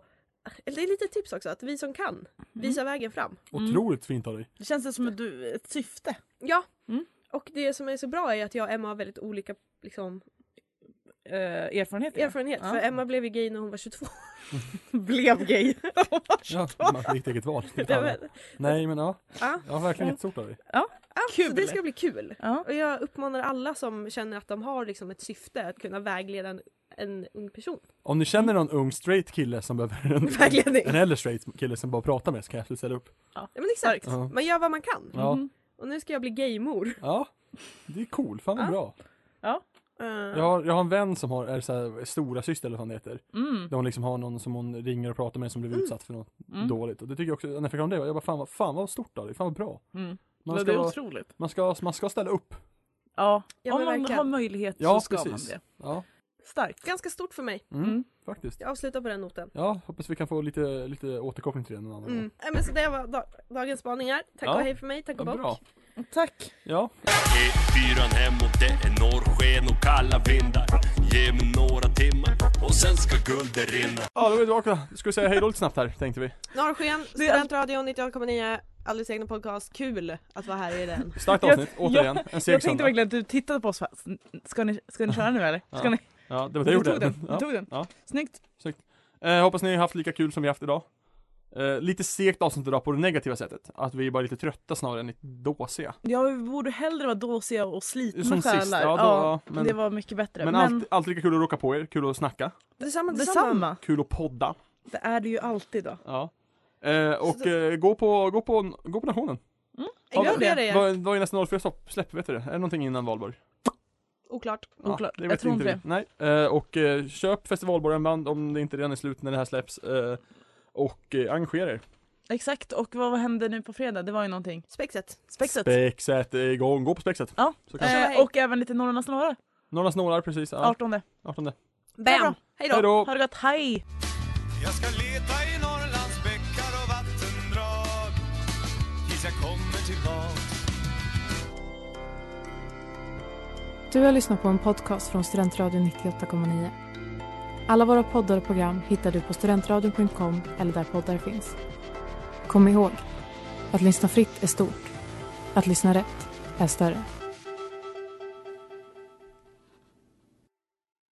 E: eller det är lite tips också, att vi som
D: Mm.
E: kan, visa vägen fram.
C: Otroligt fint av dig.
D: Det känns som att du, ett syfte.
E: Ja.
D: Mm.
E: Och det som är så bra är att jag och Emma har väldigt olika liksom,
D: Eh, erfarenhet. ja.
E: erfarenhet.
D: Ja.
E: För Emma blev ju gay när hon var 22.
D: [LAUGHS]
E: [LAUGHS]
D: Blev gay.
C: [LAUGHS] Ja, man fick eget val.
E: Ja, men,
C: Nej, men ja.
E: Ja.
C: Ja, verkligen jättestort av dig.
E: ja, Så
D: Kul.
E: det ska bli kul.
D: ja.
E: Och jag uppmanar alla som känner att de har liksom, ett syfte att kunna vägleda en, en ung
D: [LAUGHS]
E: person.
C: Om ni känner någon ung straight kille som behöver
E: [LAUGHS]
C: en,
E: Vägledning.
C: en äldre straight kille som bara pratar med så kan jag absolut ställa upp.
E: Ja men exakt,
C: Ja.
D: Mm.
E: man gör vad man kan.
C: Ja.
E: Och nu ska jag bli gaymor.
C: Ja, det är cool. Fan vad
E: Ja.
C: bra.
D: Ja.
E: Eh,
C: Jag har, jag har en vän som har, är så här, stora syster eller vad fan det heter.
D: Mm.
C: Där hon liksom har någon som hon ringer och pratar med som blev utsatt för något
D: Mm.
C: dåligt. Och det tycker jag också, när jag fick höra om det, jag bara fan vad, fan vad stort av dig, fan vad bra.
D: Mm.
C: Man
D: Ja,
C: ska
D: det är
C: vara-
D: otroligt.
C: Man ska, man ska ställa upp.
D: Ja,
E: Ja,
D: om
E: men
D: man
E: verkligen.
D: har möjlighet
C: Ja,
D: så ska
C: precis.
D: man det.
C: Ja,
D: Starkt.
E: Ganska stort för mig.
C: mm,
D: Mm.
C: faktiskt.
E: Jag avslutar på den noten.
C: Ja, hoppas vi kan få lite, lite återkoppling till det någon annan gång.
E: Mm. Nej, men så det var da- dagens spaningar. Tack
C: Ja.
E: och hej för mig, tack och
C: Ja,
E: bock.
C: bra.
D: Tack.
C: Ja,
B: E4 hemåt, det är norrsken och kalla vindar. Ge mig några timmar och sen ska guldet rinna.
C: ja då är vi tillbaka. Ska vi säga hej då lite snabbt här, tänkte vi.
E: Norrsken, studentradion 98,9, alldeles egna podcast. Kul att vara här i den.
C: Starkt
D: Jag-
C: avsnitt, återigen. En
D: Jag
C: seg
D: tänkte
C: söndag.
D: verkligen att du tittade på oss fast. Ska ni, ska ni köra nu eller? Ska
C: Ja.
D: ni?
C: Ja, det var det
D: Du
C: jag
D: tog
C: gjorde.
D: den.
C: Ja.
D: Du tog den.
C: Ja.
D: Snyggt.
C: Eh, hoppas ni har haft lika kul som vi haft idag. Eh, lite segt avsnitt idag på det negativa sättet. Att vi är bara lite trötta snarare än lite dåsiga.
D: Ja, vi borde hellre vara dåsiga och slitna
C: Som sist,
D: själar.
C: ja, då- ja, men-
D: Det var mycket bättre.
C: Men,
D: Men,
C: Allt, alltid lika kul att råka på er, kul att snacka,
E: Detsamma, detsamma.
D: detsamma.
C: kul att podda.
D: Det är det ju alltid då.
C: Ja. Eh, och eh, gå, på, gå, på, gå på nationen.
E: detsamma.
C: Ja,
E: Engagera er.
C: Vad, vad är nästa 04 stopp, släpp, vet du det? Är det någonting innan valborg?
E: Oklart.
D: Oklart.
C: det vet
D: Jag tror
C: inte
D: inte
C: vi. Nej, eh, och eh, köp festivalborgarmband om det inte redan är slut när det här släpps. Eh, och eh, engagera er.
D: Exakt, och vad, vad hände nu på fredag? Det var ju någonting.
E: Spexet.
D: Spexet.
C: Spexet är igång, gå på spexet.
D: Ja.
C: Så kanske.
D: Eh, och även lite Norrarnas norra.
C: Några snålar precis, ja,
D: 18.
C: 18.
E: Bam! Hej
C: Hej
E: då!
C: då!
D: Ha det gott, hej!
B: Jag ska leta i Norrlands bäckar och vattendrag tills jag kommer tillbaka.
A: Du har lyssnat på en podcast från Studentradion 98,9. Alla våra poddar och program hittar du på studentradion.com eller där poddar finns. Kom ihåg, att lyssna fritt är stort. Att lyssna rätt är större.